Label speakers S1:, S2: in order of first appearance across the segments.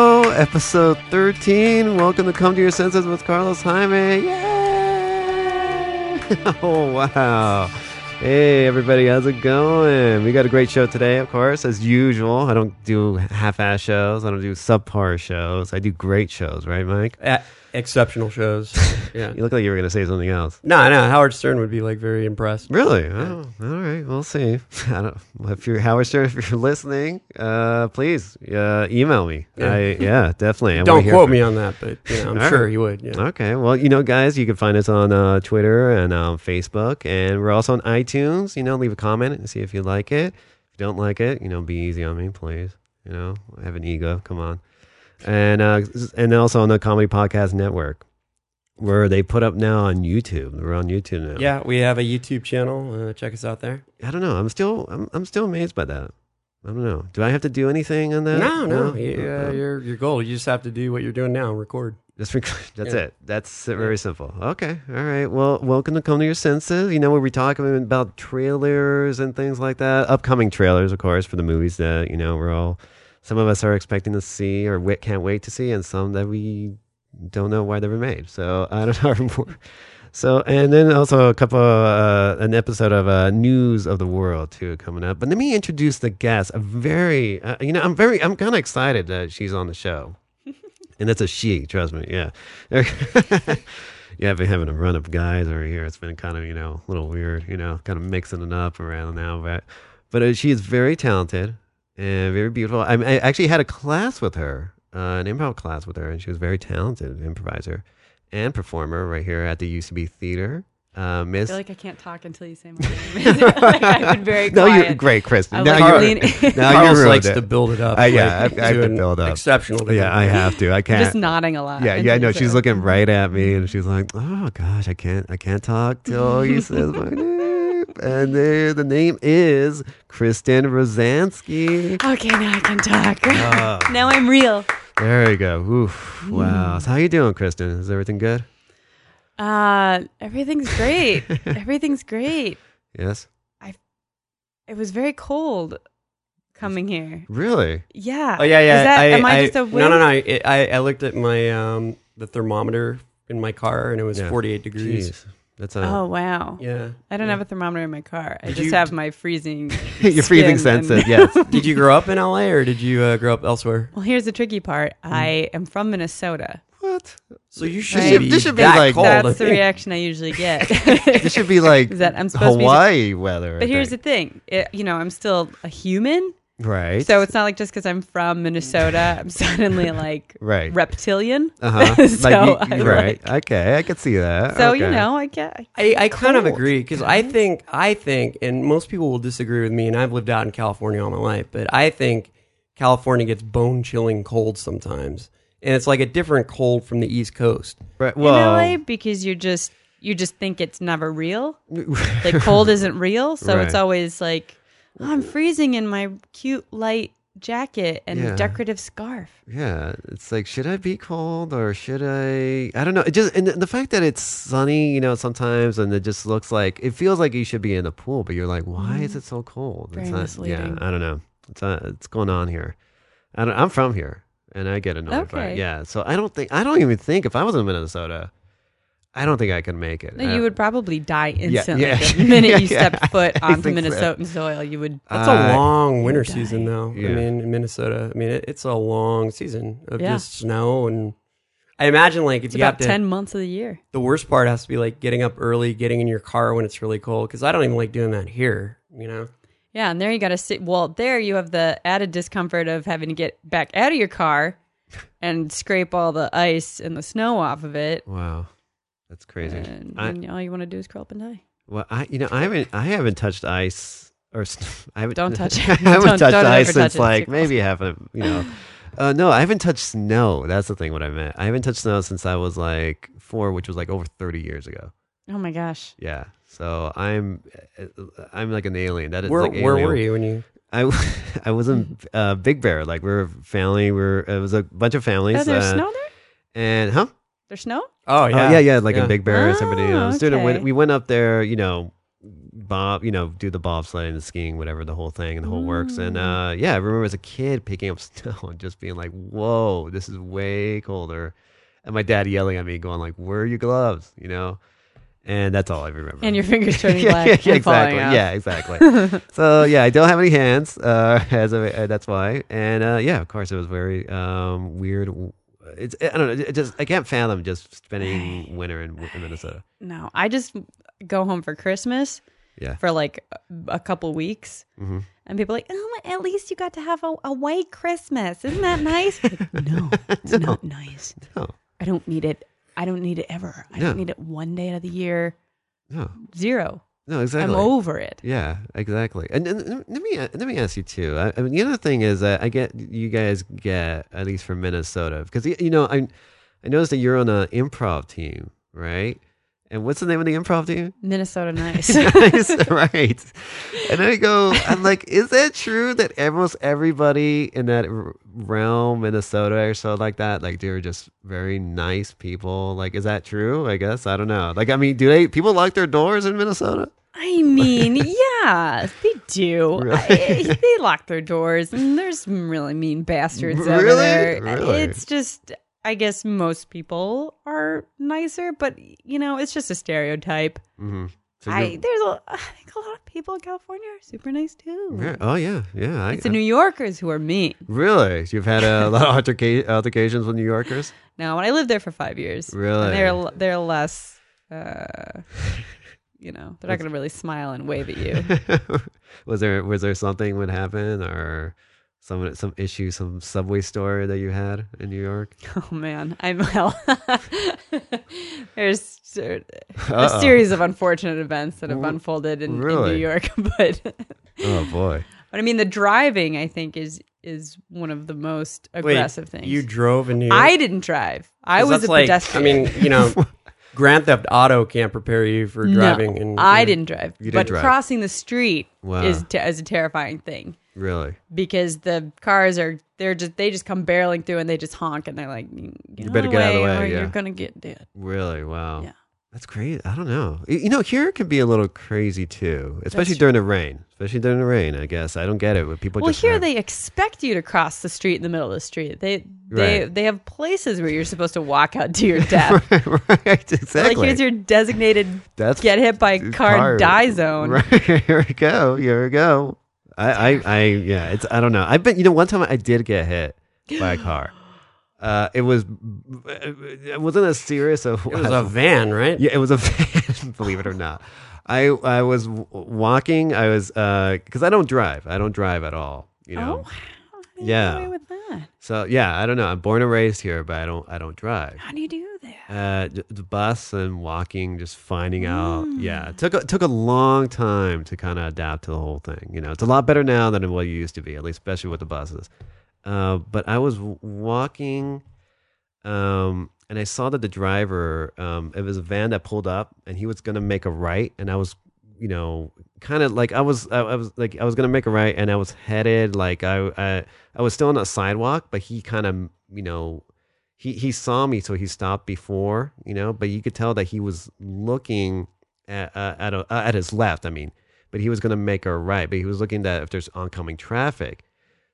S1: episode 13. Welcome to Come to Your Senses with Carlos Jaime. Yay! oh, wow. Hey, everybody, how's it going? We got a great show today, of course, as usual. I don't do half ass shows, I don't do subpar shows. I do great shows, right, Mike?
S2: Uh, exceptional shows. yeah.
S1: You look like you were going to say something else.
S2: No, no. Howard Stern would be like very impressed.
S1: Really? Oh, all right. We'll see. I don't. If you're Howard Stern, if you're listening, uh, please uh, email me. Yeah. I, yeah, definitely. I wanna
S2: Don't
S1: hear
S2: quote
S1: from-
S2: me on that, but you know, I'm
S1: All
S2: sure
S1: right.
S2: he would. Yeah.
S1: Okay. Well, you know, guys, you can find us on uh, Twitter and um, Facebook, and we're also on iTunes. You know, leave a comment and see if you like it. If you don't like it, you know, be easy on me, please. You know, I have an ego. Come on. And uh, and also on the Comedy Podcast Network, where they put up now on YouTube. We're on YouTube now.
S2: Yeah, we have a YouTube channel. Uh, check us out there.
S1: I don't know. I'm still I'm, I'm still amazed by that. I don't know. Do I have to do anything on that?
S2: no, no,
S1: No? Oh, Uh-uh.
S2: you, uh,
S1: Okay.
S2: your your goal. You just have to do what you're doing now and record.
S1: That's rec- that's
S2: Yeah.
S1: it. That's it. very simple. Okay. All right. Well, welcome to Come to Your Senses. You know, where we talk about trailers and things like that. Upcoming trailers, of course, for the movies that, you know, we're all, some of us are expecting to see or wait, can't wait to see, and some that we don't know why they were made. So I don't know. more. So, and then also a couple, uh, an episode of uh, News of the World, too, coming up. But let me introduce the guest. A very, uh, you know, I'm very, I'm kind of excited that she's on the show. And that's a she, trust me. Yeah. yeah, I've been having a run of guys over here. It's been kind of, you know, a little weird, you know, kind of mixing it up around now. But, but uh, she is very talented and very beautiful. I, I actually had a class with her, uh, an improv class with her, and she was very talented improviser and performer right here at the UCB Theater. Uh,
S3: I
S1: Miss.
S3: feel like I can't talk until you say my name. like I've been very
S1: no,
S3: quiet.
S1: you're great, Kristen.
S3: I
S1: now
S3: like
S1: you're,
S3: lean-
S1: now you
S2: Carlos
S1: ruined
S2: likes
S1: it.
S2: to build it up.
S1: I- yeah,
S2: like,
S1: I- I have
S2: to
S1: to
S2: an
S1: build up.
S2: Exceptional. degree.
S1: Yeah, I have to. I
S3: I'm
S1: can't.
S3: just nodding a lot.
S1: Yeah,
S3: until
S1: yeah, I
S3: you
S1: know.
S3: say
S1: She's
S3: it.
S1: looking right at me, and she's like, "Oh gosh, I can't, I can't talk till he says my name." And there, the name is Kristen Rosansky.
S3: Okay, now I can talk.
S1: Ah.
S3: now I'm real.
S1: There you go. Oof,
S3: Mm.
S1: wow. So how you doing, Kristen? Is everything good?
S3: Uh, everything's great. everything's great.
S1: Yes.
S3: It was very cold coming here.
S1: Really?
S3: Yeah.
S2: Oh yeah, yeah.
S3: Is that,
S2: I,
S3: am I, just a
S2: no,
S3: wind?
S2: no, no. I, I I looked at my um the thermometer in my car and it was
S1: Yeah.
S2: 48 degrees.
S1: Jeez. That's a.
S3: Oh wow.
S2: Yeah.
S3: I don't
S2: yeah.
S3: have a thermometer in my car. I
S2: Did
S3: just
S2: you-
S3: have my freezing.
S1: Your freezing
S3: skin and-
S1: senses. Yes.
S2: did you grow up in LA or did you uh, grow up elsewhere?
S3: Well, here's the tricky part.
S1: Hmm.
S3: I am from Minnesota.
S1: what?
S2: So you should
S3: should Right.
S2: be
S3: be
S1: This should be
S2: that
S1: like-
S2: cold.
S3: That's the reaction I usually get.
S1: This should be like
S3: Is that I'm supposed to be-
S1: Hawaii weather.
S3: But here's the thing, it, you know, I'm still a human,
S1: the right.
S3: so it's not like just because I'm from Minnesota, I'm suddenly like
S1: right.
S3: reptilian.
S1: uh-huh.
S3: so
S1: like you,
S3: I'm
S1: right. okay, I could see that.
S3: So you
S1: Okay.
S3: know, I get.
S2: I,
S3: I-
S2: I kind of
S3: Cold.
S2: agree because I think I think, and most people will disagree with me. And I've lived out in California all my life, but I think California gets bone chilling cold sometimes, and it's like a different cold from the East Coast.
S1: Right, well,
S3: in LA because you just you just think it's never real. Like cold isn't real, so it's
S1: Right.
S3: always like "Oh, I'm freezing in my cute light jacket and
S1: Yeah.
S3: decorative scarf.
S1: Yeah, it's like should I be cold or should I? I don't know. It just and the- the fact that it's sunny, you know, sometimes, and it just looks like it feels like you should be in the pool, but you're like, why
S3: Mm-hmm.
S1: is it so cold?
S3: Very
S1: it's not, Yeah,
S3: misleading.
S1: I don't know. It's not, it's going on here. I don't, I'm from here, and I get annoyed by it.
S3: Okay.
S1: Yeah, so I don't think I don't even think if I was in Minnesota, I don't think I could make it.
S3: No,
S1: I-
S3: you would probably die instantly
S1: Uh, yeah.
S3: the minute you
S1: Yeah,
S3: stepped foot
S1: I
S3: onto
S1: think so. Uh,
S3: Minnesotan soil. You would.
S2: That's
S1: I-
S2: a long winter
S3: die.
S2: season, though.
S1: Yeah.
S2: I mean, in Minnesota, I mean, it, it's a long season of
S3: Yeah.
S2: just snow, and I imagine like if
S3: It's
S2: you have
S3: about
S2: to,
S3: ten months of the year.
S2: the worst part has to be like getting up early, getting in your car when it's really cold. Because I don't even like doing that here. You know,
S3: Yeah, and there you got to sit. Well, there you have the added discomfort of having to get back out of your car and scrape all the ice and the snow off of it.
S1: Wow, that's crazy.
S3: And,
S1: I-
S3: and all you want to do is curl up and die.
S1: Well, I you know I haven't I haven't touched ice or sn- I haven't
S3: Don't touch it.
S1: I haven't
S3: Don't-
S1: touched
S3: don't ever
S1: ice
S3: touch
S1: since
S3: it.
S1: like
S3: Too
S1: maybe half a you know. Uh, no, I haven't touched snow. That's the thing. What I meant, I haven't touched snow since I was like four, which was like over thirty years ago.
S3: Oh my gosh.
S1: Yeah, so I'm uh, I'm like an alien. That is
S2: where
S1: like
S2: where
S1: alien.
S2: were you when you?
S1: I I was in uh, Big Bear. Like we we're family. We We're it was a bunch of families.
S3: Oh, there's
S1: uh,
S3: snow there?
S1: And huh?
S3: There's snow?
S2: Oh
S1: Oh yeah, yeah, like
S2: Yeah.
S1: in Big Bear or somebody.
S3: Oh,
S1: I was doing it when
S3: okay.
S1: we went up there, you know, bob, you know, do the bobsledding, the skiing, whatever, the whole thing and the whole works.
S3: Mm.
S1: And uh, yeah, I remember as a kid picking up snow and just being like, "Whoa, this is way colder," and my dad yelling at me, going like, "Where are your gloves?" You know. And that's all I remember.
S3: and your fingers turning
S1: yeah,
S3: black.
S1: yeah, yeah,
S3: and falling
S1: exactly.
S3: out.
S1: Yeah, exactly. so yeah, I don't have any hands. Uh, as of, uh, that's why. And uh, yeah, of course, it was very um, weird. It's I don't know. It just I can't fathom just spending winter in, in Minnesota.
S3: No, I just go home for Christmas
S1: Yeah.
S3: for like a- a couple weeks.
S1: Mhm.
S3: And people are like, oh, at least you got to have a, a white Christmas. Isn't that nice? no, it's not nice.
S1: No,
S3: I don't need it. I don't need it ever. I
S1: Yeah.
S3: don't need it one day out of the year.
S1: no,
S3: Zero.
S1: no. Exactly.
S3: I'm over it.
S1: Yeah, exactly. And, and, and let me uh, let me ask you too. I, I mean, the other thing is that I get you guys get at least from Minnesota because you know I I noticed that you're on an improv team, right? And what's the name of the improv team?
S3: Minnesota nice.
S1: nice, right? And I go, I'm like, is that true that almost everybody in that r- realm, Minnesota or so like that, like they're just very nice people? Like, is that true? I guess I don't know. Like, I mean, do they people lock their doors in Minnesota?
S3: I mean, yeah, they do.
S1: Really?
S3: I- eh, they lock their doors, and there's some really mean bastards over
S1: Really?
S3: there.
S1: Really?
S3: It's just, I guess most people are nicer, but you know, it's just a stereotype.
S1: Mm-hmm.
S3: I there's a, I think a lot of people in California are super nice too.
S1: Yeah. Oh yeah, yeah. I,
S3: It's the New Yorkers who are mean.
S1: really, you've had a lot of alterca- altercations with New Yorkers.
S3: Now, when I lived there for five years, and
S1: Really?
S3: they're they're less, uh, you know, they're not going to really smile and wave at you.
S1: was there was there something would happen or some some issue, some subway story that you had in New York?
S3: Oh man, I'm well. there's a
S1: Uh-oh.
S3: series of unfortunate events that have
S1: W-
S3: unfolded in, in
S1: really?
S3: New York, but
S1: Oh boy.
S3: but I mean the driving I think is is one of the most aggressive things.
S2: You drove in New York.
S3: I didn't drive. I
S2: 'Cause
S3: was a
S2: that's like-
S3: pedestrian.
S2: I mean, you know, Grand Theft Auto can't prepare you for driving.
S3: no,
S2: and
S3: I didn't drive.
S1: You didn't
S3: but
S1: drive.
S3: crossing the street
S1: Wow.
S3: is te- is a terrifying thing
S1: Really?
S3: because the cars are they're just they just come barreling through and they just honk and they're like, "Mm, you
S1: better get out of the way,
S3: or
S1: yeah.
S3: you're gonna get dead.
S1: Really? Wow.
S3: Yeah.
S1: That's crazy. I don't know. Y- You know, here it can be a little crazy too, especially
S3: true.
S1: during the rain. Especially during the rain, I guess. I don't get it. When people
S3: Well,
S1: just
S3: here
S1: have-
S3: they expect you to cross the street in the middle of the street. They they
S1: Right.
S3: they have places where you're supposed to walk out to your death.
S1: right exactly.
S3: Like here's your designated
S1: That's
S3: get hit by
S1: It's
S3: car,
S1: hard.
S3: die zone.
S1: Right. Here we go. Here we go. I, I, I, yeah, it's, I don't know. I've been, you know, one time I did get hit by a car. Uh, it was, uh, it wasn't as serious of
S2: It was a van, right?
S1: yeah, it was a van, believe it or not. I I was w- walking. I was because I don't drive. I don't drive at all. You know.
S3: Oh, wow. How do you
S1: Yeah.
S3: Get away with that?
S1: So yeah, I don't know. I'm born and raised here, but I don't I don't drive.
S3: How do you do that?
S1: Uh, j- the bus and walking, just finding out. Yeah, it took a, took a long time to kind of adapt to the whole thing. You know, it's a lot better now than what it used to be, at least especially with the buses. Uh, but I was w- walking, um, and I saw that the driver, um, it was a van that pulled up, and he was gonna make a right, and I was, you know, kind of like I was, I, I was like I was gonna make a right, and I was headed like I, I, I was still on the sidewalk, but he kind of, you know, he he saw me, so he stopped before, you know. But you could tell that he was looking at uh, at, a, uh, at his left. I mean, but he was gonna make a right, but he was looking that if there's oncoming traffic.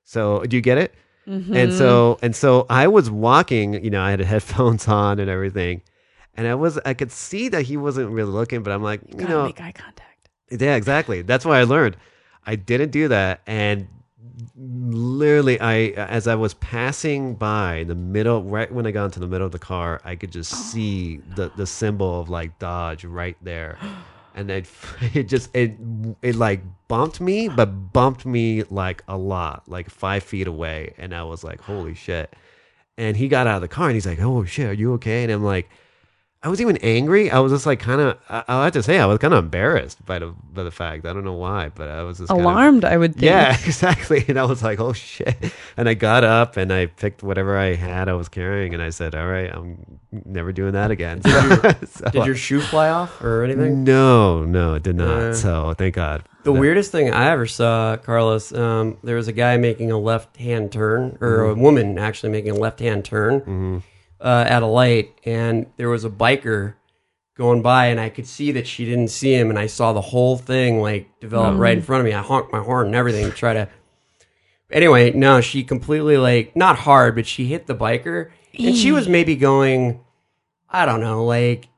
S1: So do you get it? And so
S3: Mm-hmm.
S1: and so I was walking, you know, I had headphones on and everything. And I was I could see that he wasn't really looking, but I'm like, you,
S3: Gotta
S1: know,
S3: make eye contact.
S1: yeah, exactly. That's why I learned. I didn't do that, and literally, I as I was passing by in the middle, right when I got into the middle of the car, I could just see the the symbol of like Dodge right there, and it it just it it like bumped me, but bumped me like a lot, like five feet away, and I was like, holy shit. And he got out of the car and he's like, "Oh shit, are you okay?" And I'm like, I was even angry. I was just like kind of. I, I have to say, I was kind of embarrassed by the by the fact. I don't know why, but I was just kinda-
S3: Alarmed, I would think.
S1: yeah, exactly. And I was like, "Oh shit!" And I got up and I picked whatever I had I was carrying, and I said, "All right, I'm never doing that again." So-
S2: Did your shoe fly off or anything?
S1: no, no, it did not.
S2: Uh,
S1: so thank God.
S2: The weirdest thing I ever saw, Carlos, um, there was a guy making a left hand turn, or a woman actually making a left hand turn uh, at a light, and there was a biker going by, and I could see that she didn't see him, and I saw the whole thing like develop right in front of me. I honked my horn and everything to try to. Anyway, no, she completely like not hard, but she hit the biker, and she was maybe going, I don't know, like.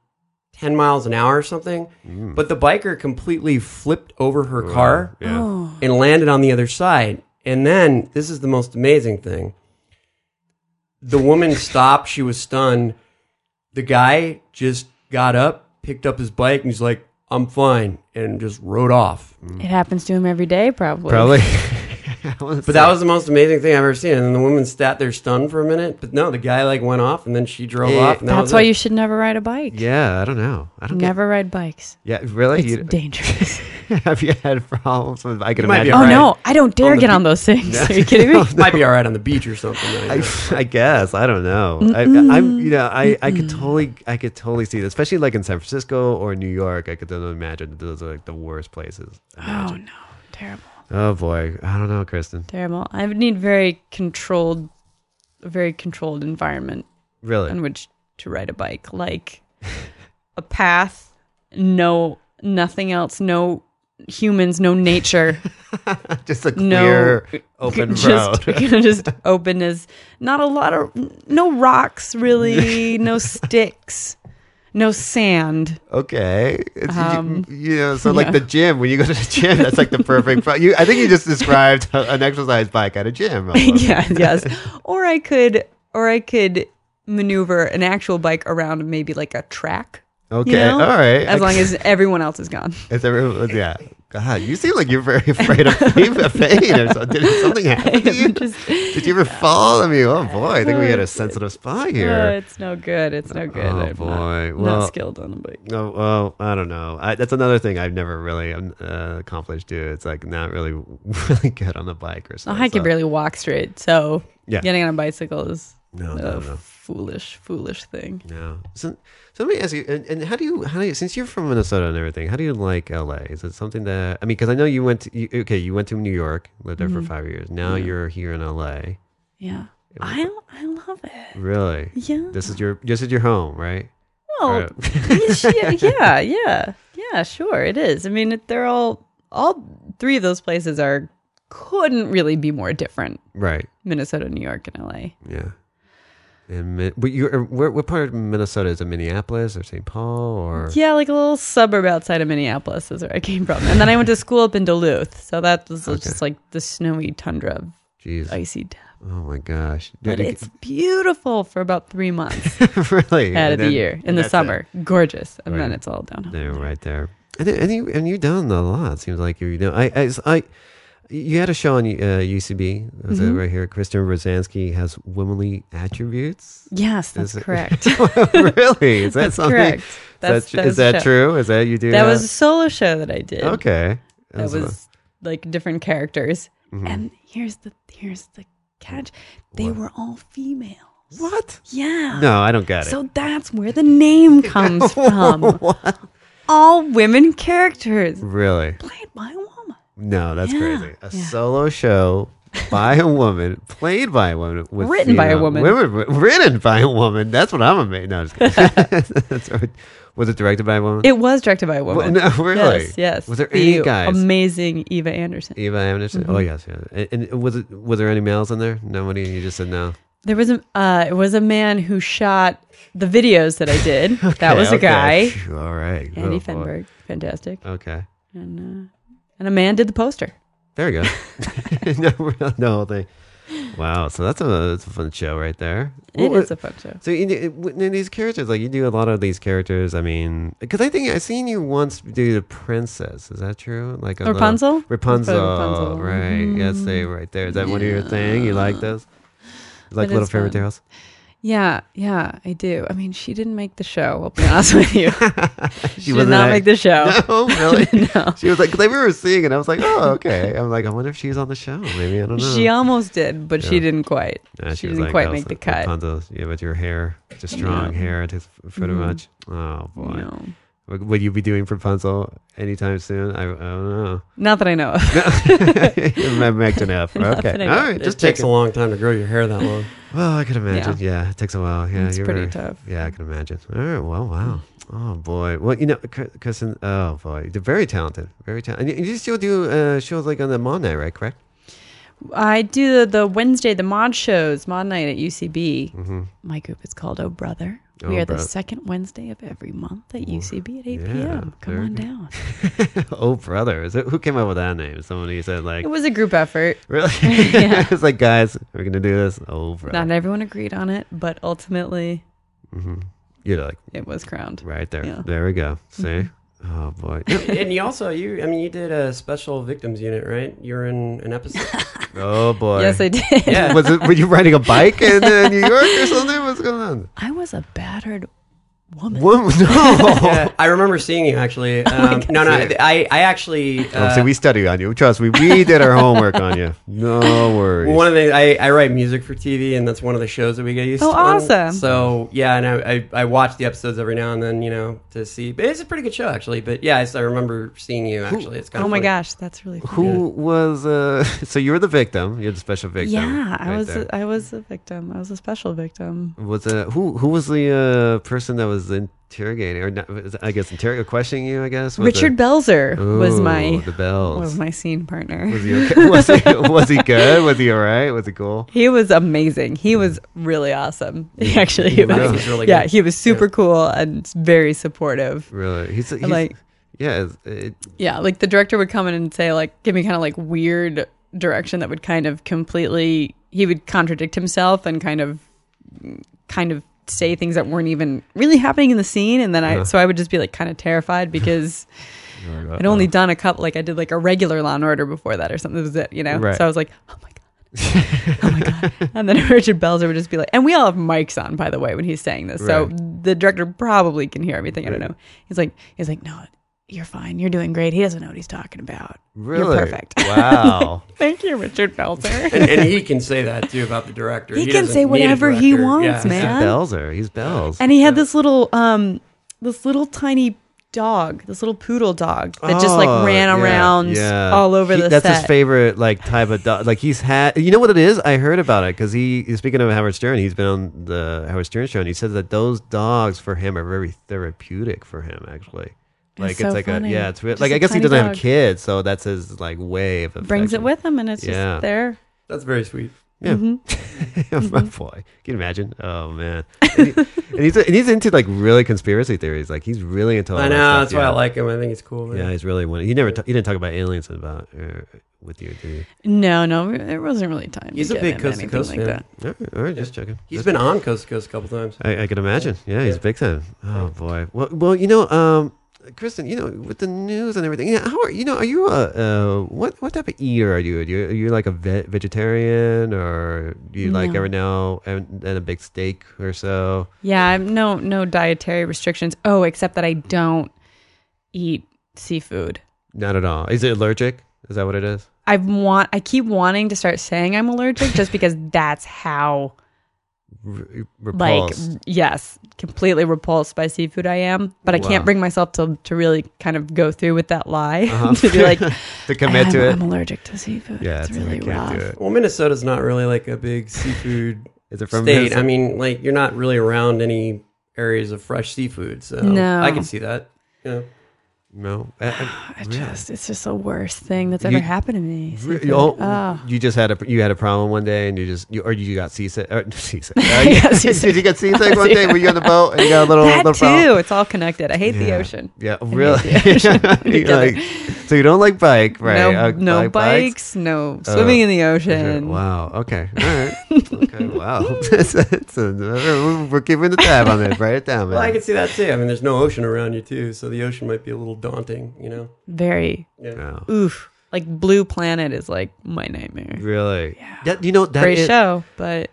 S2: 10 miles an hour or something
S3: Mm.
S2: but the biker completely flipped over her car
S1: Yeah.
S3: Oh,
S2: and landed on the other side. And then this is the most amazing thing. The woman stopped, she was stunned. The guy just got up, picked up his bike, and he's like, I'm fine, and just rode off.
S3: It happens to him every day, probably.
S1: Probably.
S2: But that was the most amazing thing I've ever seen. And then the woman sat there stunned for a minute. But no, the guy like went off and then she drove
S1: Eh,
S2: off. And that
S3: That's
S2: was
S3: why
S2: it.
S3: you should never ride a bike.
S1: yeah, I don't know. I don't
S3: Never ride bikes.
S1: Get, yeah, really?
S3: It's
S1: You,
S3: dangerous.
S1: have you had problems with? I could
S2: You might be
S1: imagine.
S3: oh
S2: right.
S3: no, I don't dare
S2: the
S3: get
S2: be-
S3: on those things. Are you kidding me?
S2: might be all right on the beach or something. I
S1: I,
S2: guess.
S1: I guess I don't know. I, I'm you know I, I could totally I could totally see that, especially like in San Francisco or New York. I could totally imagine that those are like the worst places.
S3: oh no, terrible,
S1: Oh boy, I don't know, Kristen.
S3: terrible. I would need very controlled, a very controlled environment in
S1: Really?
S3: which to ride a bike, like a path, no, nothing else, no humans, no nature.
S1: Just a
S3: No.
S1: clear open
S3: just,
S1: road.
S3: just open as not a lot of no rocks really, no sticks, no sand.
S1: okay. It's,
S3: Um,
S1: you, you know, so like the gym, when you go to the gym, that's like the perfect. pro- You, I think you just described a- an exercise bike at a gym. almost.
S3: yeah, yes. Or I could or I could maneuver an actual bike around maybe like a track.
S1: Okay.
S3: you know?
S1: All right.
S3: As long as everyone else is gone.
S1: Is everyone, yeah. God, you seem like you're very afraid of pain, of pain or something. Did something happen to you?
S3: Just-
S1: Did you ever fall? I mean, oh boy, I think we had a sensitive spot
S3: Oh,
S1: here.
S3: it's no good. It's no good.
S1: Oh,
S3: I'm not-
S1: boy.
S3: Not,
S1: Well-
S3: skilled on a bike.
S1: Oh, well, I don't know. I, that's another thing I've never really um, uh, accomplished, too. It's like not really, really good on the bike or
S3: Oh,
S1: something.
S3: I can
S1: so-
S3: barely walk straight, so
S1: Yeah.
S3: getting on a bicycle is
S1: No,
S3: a
S1: no, no.
S3: foolish, foolish thing.
S1: No. So, so let me ask you, and, and how do you, how do you, since you're from Minnesota and everything, how do you like LA? Is it something that, I mean, because I know you went to, you, okay, you went to New York, lived there
S3: Mm-hmm.
S1: for five years. Now you're here in LA.
S3: Yeah. I I love it.
S1: Really?
S3: Yeah.
S1: This is your, this is your home, right?
S3: Well,
S1: Or-
S3: yeah, yeah, yeah, yeah. Sure, it is. I mean, it- they're all all three of those places are couldn't really be more different.
S1: Right.
S3: Minnesota, New York, and LA.
S1: Yeah. And Mi- but you, where, what part of Minnesota is it? Minneapolis or St. Paul or?
S3: Yeah, like a little suburb outside of Minneapolis is where I came from, and then I went to school up in Duluth, so that was just like the snowy tundra of
S1: Jeez.
S3: icy death.
S1: oh my gosh.
S3: But
S1: Did it-
S3: it's beautiful for about three months
S1: really And
S3: out of the
S1: then-
S3: year in the
S1: that's it.
S3: summer, gorgeous, and
S1: Right.
S3: then it's all downhill.
S1: They're right there. And then- and you and you've done a lot. Seems like you know. I I, I you had a show on uh, UCB. Was
S3: Mm-hmm.
S1: it right here? Kristen Rosansky has womanly attributes.
S3: Yes,
S1: Is
S3: that's
S1: it-
S3: correct.
S1: really? Is that
S3: That's
S1: something?
S3: correct. That's-
S1: is
S3: that
S1: that,
S3: was
S1: is that
S3: show.
S1: true? Is that you do?
S3: that was a solo show that I did.
S1: okay. That
S3: that
S1: a- Mm-hmm.
S3: was like different characters. And here's the here's the catch: they were all female.
S1: what?
S3: Yeah.
S1: No, I don't get it.
S3: So that's where the name comes from. All women characters
S1: Really?
S3: played by a woman.
S1: No, that's
S3: Yeah,
S1: crazy. A
S3: yeah.
S1: solo show by a woman, played by a woman, with
S3: Written by a
S1: female-
S3: woman.
S1: women- wi- written by a woman. That's what I'm amazed. No, I'm just kidding. That's what- was it directed by a woman?
S3: It was directed by a
S1: Well,
S3: woman.
S1: no, really.
S3: Yes, yes.
S1: Was there any
S3: The
S1: guys?
S3: Amazing Eva Anderson.
S1: Eva Anderson.
S3: Mm-hmm.
S1: Oh yes, yes. And, and was it? Was there any males in there? Nobody. You just said no.
S3: There was a uh, it was a man who shot the videos that I did. that
S1: Okay,
S3: was a
S1: okay.
S3: guy,
S1: Phew, All right.
S3: Andy
S1: Oh, boy.
S3: Fenberg, fantastic,
S1: Okay.
S3: and uh, and a man did the poster.
S1: There you go. no, we're not- no, they. Wow. So that's a that's a fun show right there.
S3: It
S1: What-
S3: is a fun show.
S1: So in, in in these characters, like you do a lot of these characters. I mean, because I think I seen you once do the princess. Is that true? Like on the-
S3: Rapunzel? Mm-hmm.
S1: Rapunzel,
S3: Rapunzel.
S1: right? Yes, they right there. Is that one of your thing? You like those? Like
S3: It
S1: little
S3: is
S1: fairy
S3: fun.
S1: tales.
S3: Yeah, yeah, I do. I mean, she didn't make the show. I'll be honest with you.
S1: She,
S3: she did not
S1: act-
S3: make the show.
S1: No, really. She was like, 'cause I remember seeing it. I was like, oh, okay. I'm like, I wonder if she's on the show. Maybe I don't know.
S3: She almost did, but she didn't quite.
S1: Yeah,
S3: she,
S1: was
S3: didn't
S1: like,
S3: quite
S1: "Oh,
S3: make
S1: so-
S3: the cut.
S1: Rapunzel, yeah, with your hair, the strong hair, it is pretty
S3: Mm-hmm.
S1: much. Oh boy.
S3: No.
S1: Would would you be doing Rapunzel anytime soon? I, I don't know.
S3: Not that I know of.
S1: I'm making up. Okay.
S3: that I
S1: All
S3: got.
S1: right.
S2: it
S1: Just
S2: takes
S1: takes
S2: a long time to grow your hair that long.
S1: Well, I could imagine. Yeah, it takes a while. Yeah,
S3: It's
S1: you're
S3: pretty
S1: very-
S3: tough.
S1: Yeah, I can imagine. All right. Well, wow. Oh boy. Well, you know, because oh boy, they're very talented, very talented. And you still do uh, shows like on the Monday, right? Correct.
S3: I do the, the Wednesday, the mod shows, mod night at UCB. My group is called Oh Brother. We
S1: Mm-hmm. Oh,
S3: are
S1: bro-
S3: the second Wednesday of every month at UCB at 8
S1: Yeah,
S3: p.m. Come
S1: very
S3: on
S1: good.
S3: down.
S1: oh brother, is it, who came up with that name? Somebody said like,
S3: It was a group effort.
S1: really?
S3: Yeah.
S1: it's like guys, we're gonna do this. Oh brother.
S3: Not everyone agreed on it, but ultimately
S1: you're like
S3: it was crowned.
S1: right there.
S3: Yeah. Mm-hmm.
S1: There we go. See. Oh boy.
S2: and you also you I mean you did a special victims unit, right? You're in an episode.
S1: Oh boy.
S3: Yes, I did.
S2: Yeah.
S1: Was it? Were you riding a bike in uh, New York or something? What's going on?
S3: I was a battered woman.
S1: Whoa, no.
S2: Yeah, I remember seeing you actually. Um, no, no, I, I actually.
S1: Don't
S2: Uh,
S1: say we study on you. Trust me, we did our homework on you. No worries.
S2: uh, one of the I, I write music for TV, and that's one of the shows that we get used
S3: Oh,
S2: to. on.
S3: awesome.
S2: So yeah, and I, I I watch the episodes every now and then, you know, to see. But it's a pretty good show actually. But yeah, I, I remember seeing you actually. It's kind
S3: Oh
S2: of
S3: my
S2: funny.
S3: gosh, that's really funny.
S1: Who was uh so you were the victim, you're the special victim.
S3: Yeah, I
S1: right
S3: was
S1: there.
S3: a, I was a victim. I was a special victim.
S1: was uh who who was the uh person that was interrogating or not, was- I guess interrogating questioning you, I guess? Was
S3: Richard
S1: the,
S3: Belzer was
S1: Ooh,
S3: my
S1: the bells.
S3: was my scene partner.
S1: Was he okay? was he was he good? Was he all right? Was he cool?
S3: He was amazing. He was really awesome. Actually, he
S2: Really?
S3: was,
S2: He's really
S3: yeah,
S2: good.
S3: he was super cool and very supportive.
S1: Really? He's, he's
S3: Like-
S1: yeah, it's- it,
S3: Yeah, like the director would come in and say like give me kind of like weird direction that would kind of completely he would contradict himself and kind of kind of say things that weren't even really happening in the scene and then I so I would just be like kind of terrified because I'd only done a couple like I did like a regular Law and Order before that or something that was it, you know.
S1: Right.
S3: So I was like, "Oh my god." oh my god. And then Richard Belzer would just be like, and we all have mics on by the way when he's saying this. So the director probably can hear everything. I don't know. He's like he's like, "No, you're fine. You're doing great. He doesn't know what he's talking about.
S1: really
S3: You're perfect.
S1: Wow.
S3: Thank you, Richard Belzer.
S2: And, and he can say that too about the director.
S3: He can
S2: doesn't
S3: say
S2: need a
S3: whatever he
S2: director.
S3: wants,
S2: Yeah.
S1: He's
S3: man.
S1: the Belzer. He's Bells.
S3: and he had this little um this little tiny dog, this little poodle dog that just like
S1: Oh,
S3: ran
S1: yeah,
S3: around
S1: yeah.
S3: all over
S1: He-
S3: the
S1: that's
S3: set.
S1: his favorite like type of dog. Like he's had. You know what it is? I heard about it because he. Speaking of Howard Stern, he's been on the Howard Stern show, and he said that those dogs for him are very therapeutic for him. Actually, like
S3: so
S1: like a
S3: funny.
S1: yeah, it's real
S3: Just
S1: like
S3: a
S1: I guess he
S3: tiny
S1: doesn't
S3: dog.
S1: have kids, so that's his like way of
S3: Brings it
S1: affection.
S3: with him and it's
S1: Yeah.
S3: just there. Mm-hmm.
S2: That's very sweet.
S1: Yeah, my boy. Can you imagine? Oh man, and, he- and he's and he's into like really conspiracy theories. Like he's really into. all
S2: I
S1: that
S2: know.
S1: stuff,
S2: That's why
S1: yeah.
S2: I like him. I think it's cool. Man.
S1: Yeah, he's really one. He never t- he didn't talk about aliens about uh, with you, did he?
S3: No, no, it wasn't really time.
S2: He's
S3: to
S2: a
S3: get
S2: big
S3: into
S2: Coast to
S3: anything
S2: Coast
S3: like
S2: fan.
S3: that.
S1: All right, all right, just checking.
S2: He's
S1: Just-
S2: been on Coast to Coast a couple times.
S1: I, I can imagine. Yeah, he's
S2: Yeah.
S1: big time. Oh boy. Well, well, you know, um, Kristen, you know, with the news and everything, you know, how are you know? Are you a uh, what what type of eater are you? Are you, are you like a ve- vegetarian, or do you like
S3: No.
S1: every now and, and a big steak or so?
S3: Yeah, I'm no no dietary restrictions. Oh, except that I don't eat seafood.
S1: Not at all. Is it allergic? Is that what it is?
S3: I want I keep wanting to start saying I'm allergic just because that's how
S1: R-
S3: like
S1: repulsed.
S3: r- yes completely repulsed by seafood i am but i
S1: Wow.
S3: can't bring myself to to really kind of go through with that lie to be like
S1: Uh-huh. to commit
S3: I'm,
S1: to it.
S3: I'm allergic to seafood
S1: yeah,
S3: it's,
S1: it's- I
S3: really
S1: can't
S3: rough
S1: do it.
S2: Well, Minnesota's not really like a big seafood
S1: Is it from
S2: state.
S1: Minnesota?
S2: I mean, like you're not really around any areas of fresh seafood, so
S3: No.
S2: I can see that. Yeah.
S1: no. I- I-
S3: I
S1: really?
S3: just it's just the worst thing that's
S1: You-
S3: ever happened to me
S1: Re-
S3: seafood.
S1: oh,
S3: Oh.
S1: you just had a you had a problem one day, and you just you, or you got seasick. Or, seasick. Uh,
S3: I got seasick.
S1: Did you get seasick one day? Were you on the boat and you got a little
S3: that
S1: little
S3: too
S1: problem?
S3: it's all connected i hate the
S1: Yeah.
S3: ocean
S1: Yeah, really. You're
S3: Together.
S1: like- so you don't like bike, right?
S3: no,
S1: Uh,
S3: no
S1: like
S3: bikes, no swimming in the ocean
S1: Wow. Okay. All right. Okay. Wow. That's- that's a- we're keeping the tab on it. Write it down, man.
S2: Well, I can see that too. I mean, there's no ocean around you too, so the ocean might be a little daunting. You know.
S3: very
S2: Yeah.
S1: Wow.
S3: oof like blue planet is like my nightmare
S1: Really? That, you know that
S3: great
S1: is,
S3: show but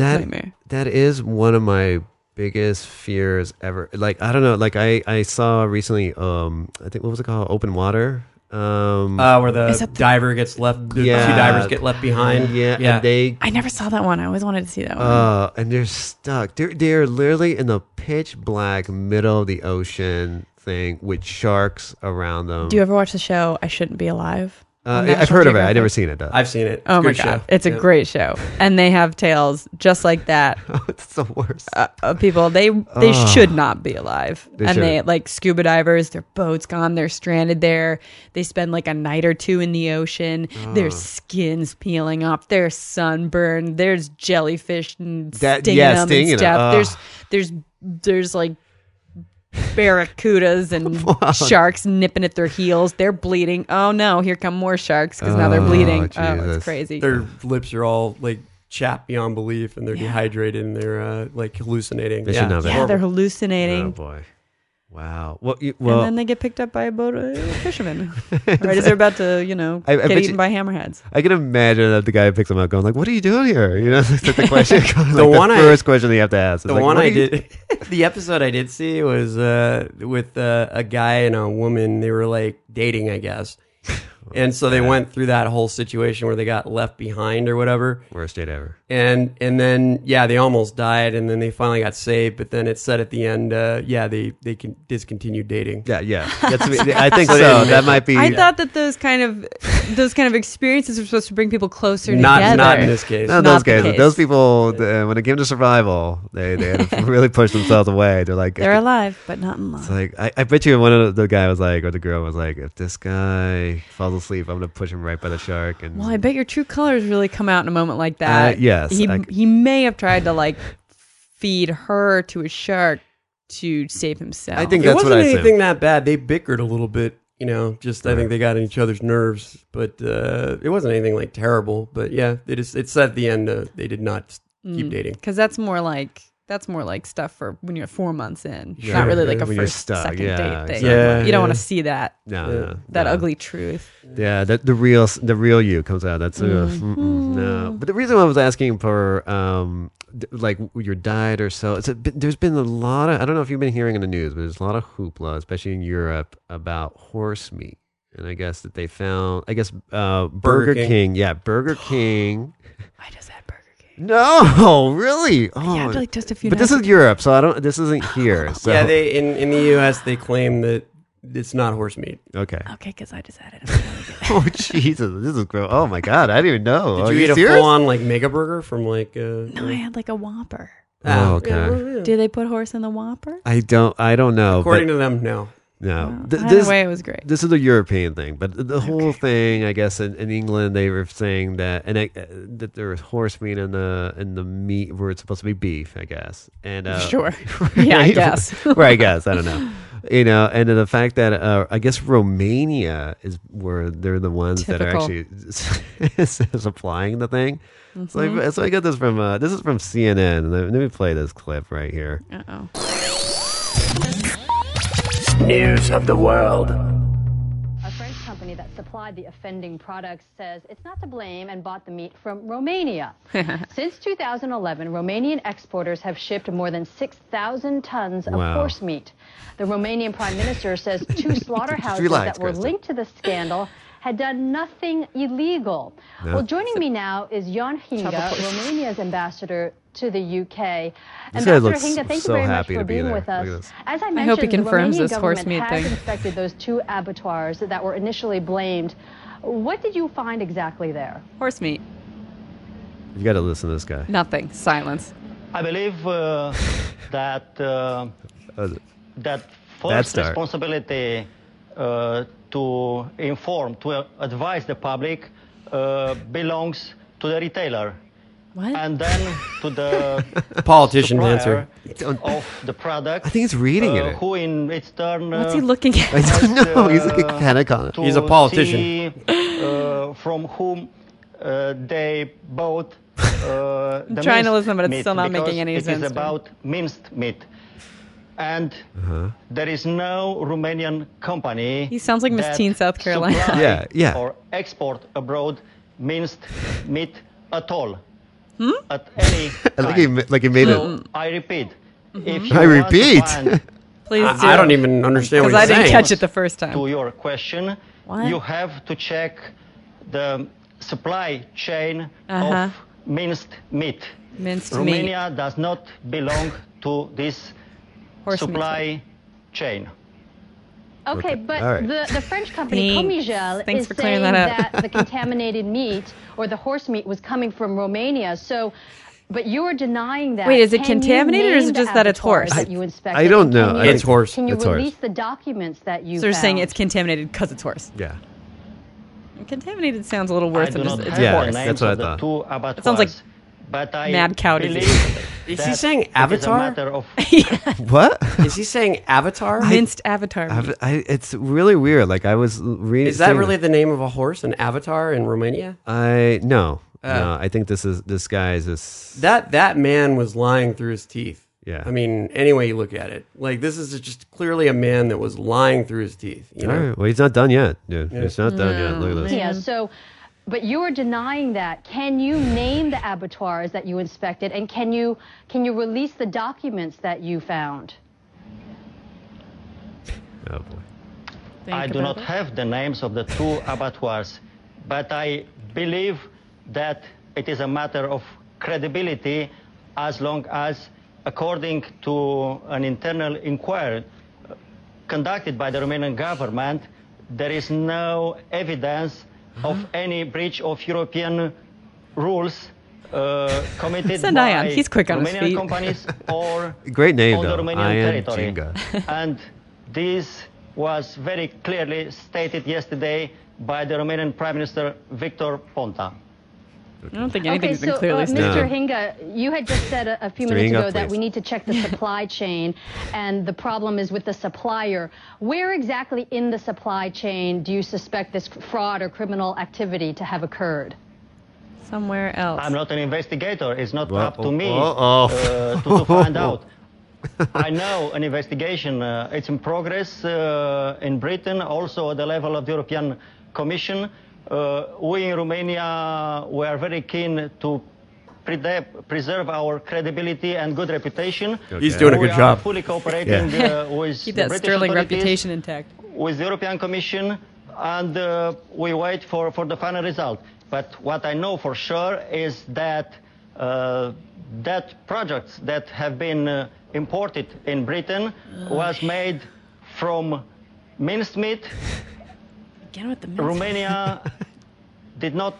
S1: that
S3: nightmare
S1: That is one of my biggest fears ever. Like I don't know. Like I I saw recently. Um, I think what was it called? Open water. Um,
S2: Uh, where the
S3: Is that the-
S2: diver gets left, the
S1: Yeah.
S2: two divers get left behind.
S1: yeah,
S2: yeah.
S1: And they
S3: I never saw that one. I always wanted to see that one.
S1: uh, and they're stuck. They're they're literally in the pitch black middle of the ocean thing with sharks around them. Um,
S3: Do you ever watch the show I Shouldn't Be Alive?
S1: Uh,
S3: National
S1: I've heard of it. I've
S3: Geographic.
S1: never seen it. Though.
S2: I've seen it. It's a
S3: Oh my
S2: good
S3: god,
S2: show.
S3: it's a
S2: Yeah.
S3: great show, and they have tales just like that
S1: oh, it's the worst.
S3: uh, of people. They they
S1: Ugh.
S3: should not be alive,
S1: They
S3: and they
S1: shouldn't.
S3: like scuba divers. Their boat's gone. They're stranded there. They spend like a night or two in the ocean. Their skins peeling off. They're sunburned. There's jellyfish and
S1: That-
S3: stinging
S1: yeah,
S3: them
S1: stinging 'em.
S3: and stuff.
S1: Ugh.
S3: There's there's there's like barracudas and sharks nipping at their heels. They're bleeding. Oh no, here come more sharks because now they're
S1: Oh,
S3: bleeding. Oh,
S1: Jesus.
S3: it's crazy.
S2: Their lips are all like chapped beyond belief, and they're dehydrated, and they're uh, like hallucinating.
S1: They
S2: yeah,
S1: should not
S2: it's
S1: be.
S3: yeah, they're
S2: horrible.
S3: hallucinating.
S1: Oh boy. Wow. Well, you, well,
S3: and then they get picked up by a boat of fishermen. right as they're about to, you know,
S1: I- I
S3: get
S1: bet
S3: eaten
S1: you-
S3: by hammerheads.
S1: I can imagine that the guy picks him up, going like, "What are you doing here?" You know, that's like the question. like the
S2: one I-
S1: first question you have to ask. It's
S2: The
S1: like,
S2: one
S1: "What
S2: I
S1: are you
S2: did, the episode I did see was uh, with uh, a guy and a woman. They were like dating, I guess. And so they went through that whole situation where they got left behind or whatever.
S1: Worst date ever.
S2: and and then yeah, they almost died, and then they finally got saved. But then it said at the end, uh, yeah, they they can discontinued dating.
S1: Yeah, yeah. That's, I think so.
S2: they didn't
S1: That
S2: make
S1: might be.
S3: I thought that those kind of those kind of experiences were supposed to bring people closer
S2: Not
S3: together.
S2: not in this case.
S1: No,
S3: Not
S1: those
S3: the
S1: guys.
S3: case.
S1: Those people, uh, when it came to survival, they, they had to really push themselves away. They're like,
S3: They're alive, but not in love.
S1: it's like I, I bet you one of the guy was like, or the girl was like, if this guy falls asleep, I'm gonna push him right by the shark. And
S3: Well, I bet your true colors really come out in a moment like that.
S1: Uh, yes,
S3: he
S1: I-
S3: he may have tried to like feed her to a shark to save himself.
S1: I think
S2: it
S1: that's what
S2: wasn't
S1: I
S2: anything
S1: said.
S2: that bad. They bickered a little bit, you know. Just I think they got on each other's nerves, but uh, it wasn't anything like terrible. But yeah, they just it said at the end uh, they did not s- keep dating.
S3: because Mm. that's more like that's more like stuff for when you're four months in. It's
S1: Yeah.
S3: Not really like a
S1: When you're
S3: first
S1: stuck,
S3: second
S1: yeah,
S3: date thing.
S1: exactly.
S2: Yeah,
S3: you don't want
S2: yeah.
S3: to see that
S1: No,
S2: Yeah.
S1: no,
S3: that
S1: no.
S3: ugly truth.
S1: Yeah, the, the real the real you comes out. That's uh, mm-mm, no. But the reason I was asking for um d- like your diet or so, it's a, bit- there's been a lot of I don't know if you've been hearing in the news, but there's a lot of hoopla, especially in Europe, about horse meat. And I guess that they found I guess uh, Burger,
S2: Burger
S1: King.
S2: King.
S1: yeah, Burger King.
S3: I just had Burger King.
S1: No, really? Oh,
S3: yeah, like just a few.
S1: but this is Europe, so I don't. This isn't here. So
S2: Yeah, they in in the U.S. they claim that it's not horse meat.
S1: okay.
S3: okay because I just had it.
S1: Oh Jesus, this is gross. Oh my God, I didn't even know.
S2: Did
S1: Are
S2: you, eat
S1: serious?
S2: a full on like mega burger from like? Uh,
S3: no, I had like a Whopper.
S1: Oh,
S2: Ah,
S1: okay.
S2: yeah, well, yeah.
S3: Do they put horse in the Whopper? Oh,
S1: I don't. I don't know. but-
S2: According to them, no.
S1: No, Th-
S3: Either
S1: this
S3: way, it was great.
S1: this is a European thing, but the- the whole thing, I guess, in, in England they were saying that and I, uh, that there was horse meat in the in the meat where it's supposed to be beef, I guess, and uh,
S3: Sure. Yeah, I
S1: right?
S3: guess.
S1: or I guess I don't know, you know, and then the fact that uh, I guess Romania is where they're the ones that are actually supplying the thing. So,
S3: Mm-hmm.
S1: I, so I got this from uh, this is from CNN. Let, let me play this clip right here.
S3: Uh oh.
S4: News of the world.
S5: A French company that supplied the offending products says it's not to blame and bought the meat from Romania. Since 2011, Romanian exporters have shipped more than 6,000 tons of
S1: Wow.
S5: horse meat. The Romanian prime minister says two slaughterhouses
S1: relax,
S5: that were
S1: Kristen.
S5: linked to the scandal had done nothing illegal. Well, joining me now is Jan Hinga, Romania's ambassador to the UK.
S1: guy
S5: ambassador
S1: looks
S5: Hinga, thank
S1: so
S5: you very
S1: happy
S5: much
S1: to
S5: for
S1: be
S5: being
S1: there.
S5: with
S1: Look at
S5: us.
S1: this.
S5: As I
S3: I
S5: mentioned,
S3: hope he
S5: the
S3: confirms
S5: Romanian
S3: this horse
S5: government
S3: meat
S5: has
S3: thing.
S5: inspected those two abattoirs that were initially blamed. What did you find exactly there?
S3: Horse meat.
S1: You got to listen to this guy.
S3: Nothing. Silence.
S6: I believe uh, that uh,
S1: Uh, That
S6: that first
S1: start.
S6: responsibility uh, to inform, to advise the public, uh, belongs to the retailer,
S3: What?
S6: and then to the
S2: Politician's
S6: supplier
S2: answer.
S6: of the product.
S1: I think he's reading
S6: uh,
S1: it.
S6: Who, in its turn,
S3: What's he
S6: uh,
S3: looking
S1: I
S3: at?
S1: don't
S6: But,
S1: know. He's like a
S6: uh,
S1: kind of con-
S6: to
S2: He's a politician.
S6: see, uh, from whom uh, they bought. Uh, the
S3: trying to
S6: minced
S3: listen, but it's
S6: meat,
S3: still not
S6: because
S3: making any sense
S6: It
S3: to
S6: is
S3: me.
S6: about minced meat, and
S1: Uh-huh.
S6: there is no Romanian company.
S3: He sounds like Miss
S6: that
S3: Teen South Carolina.
S6: supply
S1: Yeah, yeah.
S6: Or export abroad minced meat at all,
S3: Hmm?
S6: at any
S1: I think he
S6: time.
S1: ma- like he made it.
S6: So, I repeat. If
S1: Hmm. I
S6: you want to
S1: repeat.
S6: find
S3: Please do.
S2: I, I don't even understand what
S3: because
S2: he's
S3: I didn't
S2: saying.
S3: catch it the first time.
S6: to your question,
S3: What?
S6: you have to check the supply chain
S3: Uh-huh.
S6: of minced meat.
S3: Minced meat.
S6: Romania does not belong to this
S3: Horse meat.
S6: supply chain.
S5: Okay, but
S1: All right.
S5: the, the French company
S3: Thanks.
S5: Comigel
S3: Thanks
S5: is
S3: for
S5: saying
S3: clearing that up.
S5: the contaminated meat or the horse meat was coming from Romania. So, but you are denying that.
S3: Wait, is it
S5: Can you
S3: contaminated or is
S5: name
S3: it just
S5: the
S3: that it's
S5: abattoir
S3: horse?
S5: that you inspected?
S1: I don't
S5: And
S1: know.
S5: Can
S1: I
S5: you,
S2: think- It's horse.
S5: Can you
S1: It's horse.
S5: release the documents that you?
S3: So they're saying
S5: found?
S3: it's contaminated because it's horse.
S1: Yeah.
S3: Contaminated sounds a little
S6: I
S3: worse
S6: do
S3: than just
S6: not
S3: it's
S6: have
S1: Yeah,
S6: the
S3: horse.
S1: that's
S6: names
S1: what I
S6: of the
S1: thought.
S6: two abattoirs.
S3: sounds like
S6: but I
S3: mad cow disease.
S6: believe
S2: Is he
S6: that
S2: saying
S6: it is a
S2: avatar?
S6: matter of-
S1: What?
S2: Is he saying Avatar?
S3: Minced avatar. meat.
S1: I've, I, it's really weird. Like I was l- reading.
S2: Is that
S1: seeing-
S2: really the name of a horse, an Avatar in Romania?
S1: I no,
S2: Oh.
S1: no. I think this is this guy is this.
S2: That that man was lying through his teeth.
S1: Yeah.
S2: I mean, any way you look at it, like this is just clearly a man that was lying through his teeth. You
S1: All
S2: know.
S1: right. Well, he's not done yet, dude. He's not done yet. Look at this.
S5: Yeah. So, but you are denying that. Can you name the abattoirs that you inspected, and can you can you release the documents that you found?
S1: Oh boy.
S3: Think
S6: I do
S3: about
S6: not
S3: it.
S6: have the names of the two abattoirs, but I believe that it is a matter of credibility as long as, according to an internal inquiry uh, conducted by the Romanian government, there is no evidence
S3: Uh-huh.
S6: of any breach of European rules uh, committed
S3: Send
S6: by
S3: Ion. He's quick on his
S6: Romanian
S3: feet.
S6: companies or
S1: Great name,
S6: on the
S1: though.
S6: Romanian
S1: Ion
S6: territory.
S1: Jinga.
S6: and this was very clearly stated yesterday by the Romanian Prime Minister Victor Ponta.
S3: I don't think anything's
S5: okay,
S3: been
S5: so,
S3: clearly
S5: uh,
S3: stated.
S5: Mr.
S1: No.
S5: Hinga, you had just said a, a few
S1: Mr.
S5: minutes
S1: Hinga,
S5: ago that
S1: please.
S5: we need to check the supply chain, and the problem is with the supplier. Where exactly in the supply chain do you suspect this fraud or criminal activity to have occurred?
S3: Somewhere else.
S6: I'm not an investigator. It's not
S1: Well,
S6: up to me
S1: oh, oh.
S6: uh, to, to find out. I know an investigation. Uh, it's in progress uh, in Britain, also at the level of the European Commission. Uh, we in Romania were very keen to prede- preserve our credibility and good reputation.
S2: He's doing a
S6: We
S2: good
S6: are
S2: job.
S6: fully cooperating
S3: Yeah.
S6: uh, with
S3: Keep
S6: the
S3: that
S6: British
S3: sterling
S6: authorities
S3: reputation intact.
S6: with the European Commission, and uh, we wait for, for the final result. But what I know for sure is that uh, that projects that have been uh, imported in Britain was made from minced meat.
S3: Again with the minced
S6: Romania did not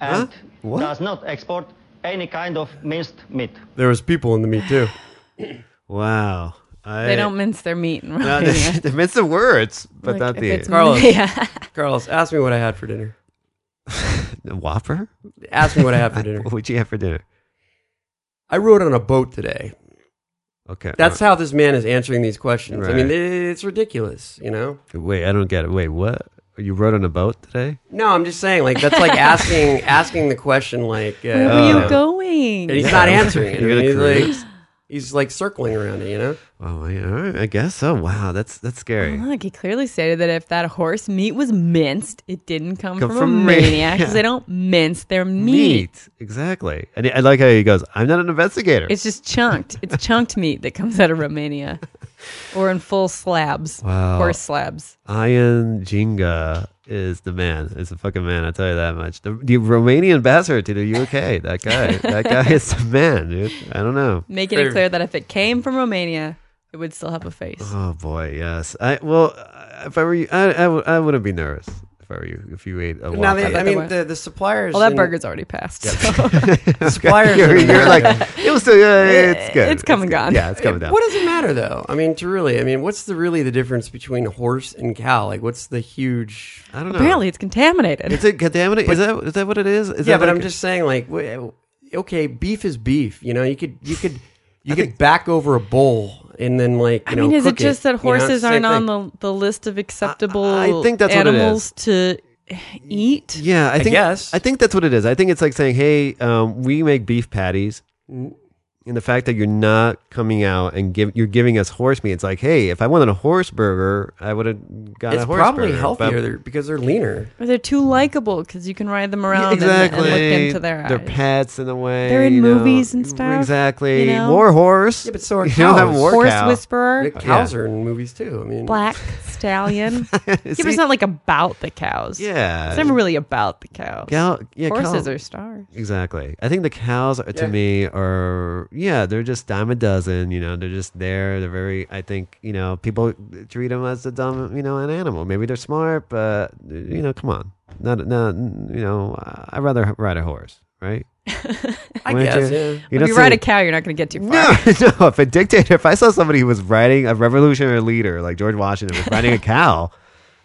S6: and
S1: What?
S6: does not export any kind of minced meat.
S2: There was people in the meat too.
S1: Wow. I,
S3: They don't mince their meat in
S1: Uh,
S3: Romania.
S1: they, they mince the words, but
S3: Like,
S1: not
S3: if
S1: the
S3: it's-
S2: Carlos.
S3: Yeah.
S2: Carlos, ask me what I had for dinner.
S1: the Whopper.
S2: Ask me what I had for dinner.
S1: What would you have for dinner?
S2: I rode on a boat today.
S1: Okay.
S2: That's how this man is answering these questions. I mean,
S1: Right.
S2: it- it's ridiculous, you know?
S1: Wait, I don't get it. Wait, what? You rode on a boat today?
S2: No, I'm just saying, like, that's like asking asking the question, like, uh,
S3: Where
S2: you
S3: were
S2: know,
S3: you going?
S2: And he's not answering it.
S1: You're the
S2: he's,
S1: cruise?
S2: like, he's like circling around it, you know?
S1: Oh, wait, all right, I guess so. Wow, that's that's scary.
S3: Look, he clearly stated that if that horse meat was minced, it didn't come,
S1: Come
S3: from,
S1: from
S3: a
S1: me.
S3: maniac because
S1: Yeah.
S3: they don't mince their meat.
S1: meat. Exactly. And I like how he goes, I'm not an investigator.
S3: It's just chunked. It's chunked meat that comes out of Romania, or in full slabs,
S1: Wow.
S3: horse slabs.
S1: Ian Jinga is the man. Is the fucking man. I tell you that much. The, the Romanian ambassador to the UK. That guy. that guy is the man, dude. I don't know.
S3: Making it clear that if it came from Romania, it would still have a face.
S1: Oh boy, yes. I well, if I were you, I, I, would- I wouldn't be nervous if I were you. If you ate a
S2: Now, they,
S1: Whopper.
S2: I
S3: they
S2: mean,
S3: were.
S2: the, the suppliers.
S3: Well, that
S2: in-
S3: burger's already passed. so-
S2: The suppliers.
S1: you're,
S2: in
S1: you're like,
S2: America-
S1: it was still, yeah, it's good.
S3: It's come and
S1: good.
S3: gone.
S1: Yeah, it's coming down.
S2: What does it matter though? I mean, to really, I mean, what's the really the difference between horse and cow? Like, what's the huge?
S1: I don't know.
S3: Apparently, it's contaminated.
S1: Is it contaminated? Is that is that what it is? Is
S2: yeah,
S1: that
S2: but
S1: like-
S2: I'm just saying, like, w- okay, beef is beef. You know, you could you could you could back over a bowl and then like you
S3: I
S2: know.
S3: mean, is it
S2: cook
S3: just
S2: you
S3: that
S2: know,
S3: horses
S2: it's the same
S3: aren't on
S2: thing.
S3: the, the list of acceptable
S1: I- I think that's what it
S3: animals to eat?
S1: Yeah, I think
S2: guess.
S1: I think that's what it is. I think it's like saying, "Hey, um, we make beef patties." And the fact that you're not coming out and give you're giving us horse meat, it's like, hey, if I wanted a horse burger, I would have got
S2: It's
S1: a horse
S2: probably
S1: burger. but-
S2: healthier there because they're leaner.
S3: Or they're too likable because you can ride them
S1: Yeah,
S3: around and-
S1: exactly.
S3: and, look into their eyes.
S1: They're pets in a way.
S3: They're in
S1: you know.
S3: movies and stuff,
S1: Exactly.
S3: you know?
S1: More horse.
S2: Yeah, but so are
S1: You don't have
S2: cows.
S1: more
S3: Horse
S1: cow.
S3: whisperer,
S2: Cows are in movies too. I mean,
S3: black Stallion. yeah, but
S1: See?
S3: it's not like about the cows.
S1: Yeah.
S3: It's never really about the cows.
S1: Gal, yeah,
S3: Horses
S1: cow-
S3: are stars.
S1: Exactly. I think the cows are, to
S2: Yeah.
S1: me are yeah, they're just dime a dozen. You know, they're just there. They're very. I think you know people treat them as a dumb you know an animal. Maybe they're smart, but you know, come on, not not you know. I'd rather ride a horse, right?
S2: I
S1: Wouldn't
S2: guess.
S1: you?
S2: Yeah.
S1: You
S3: If
S1: don't
S3: you ride
S1: say-
S3: a cow, you're not going to get too far.
S1: no, no. If a dictator, if I saw somebody who was riding a revolutionary leader like George Washington was riding a cow,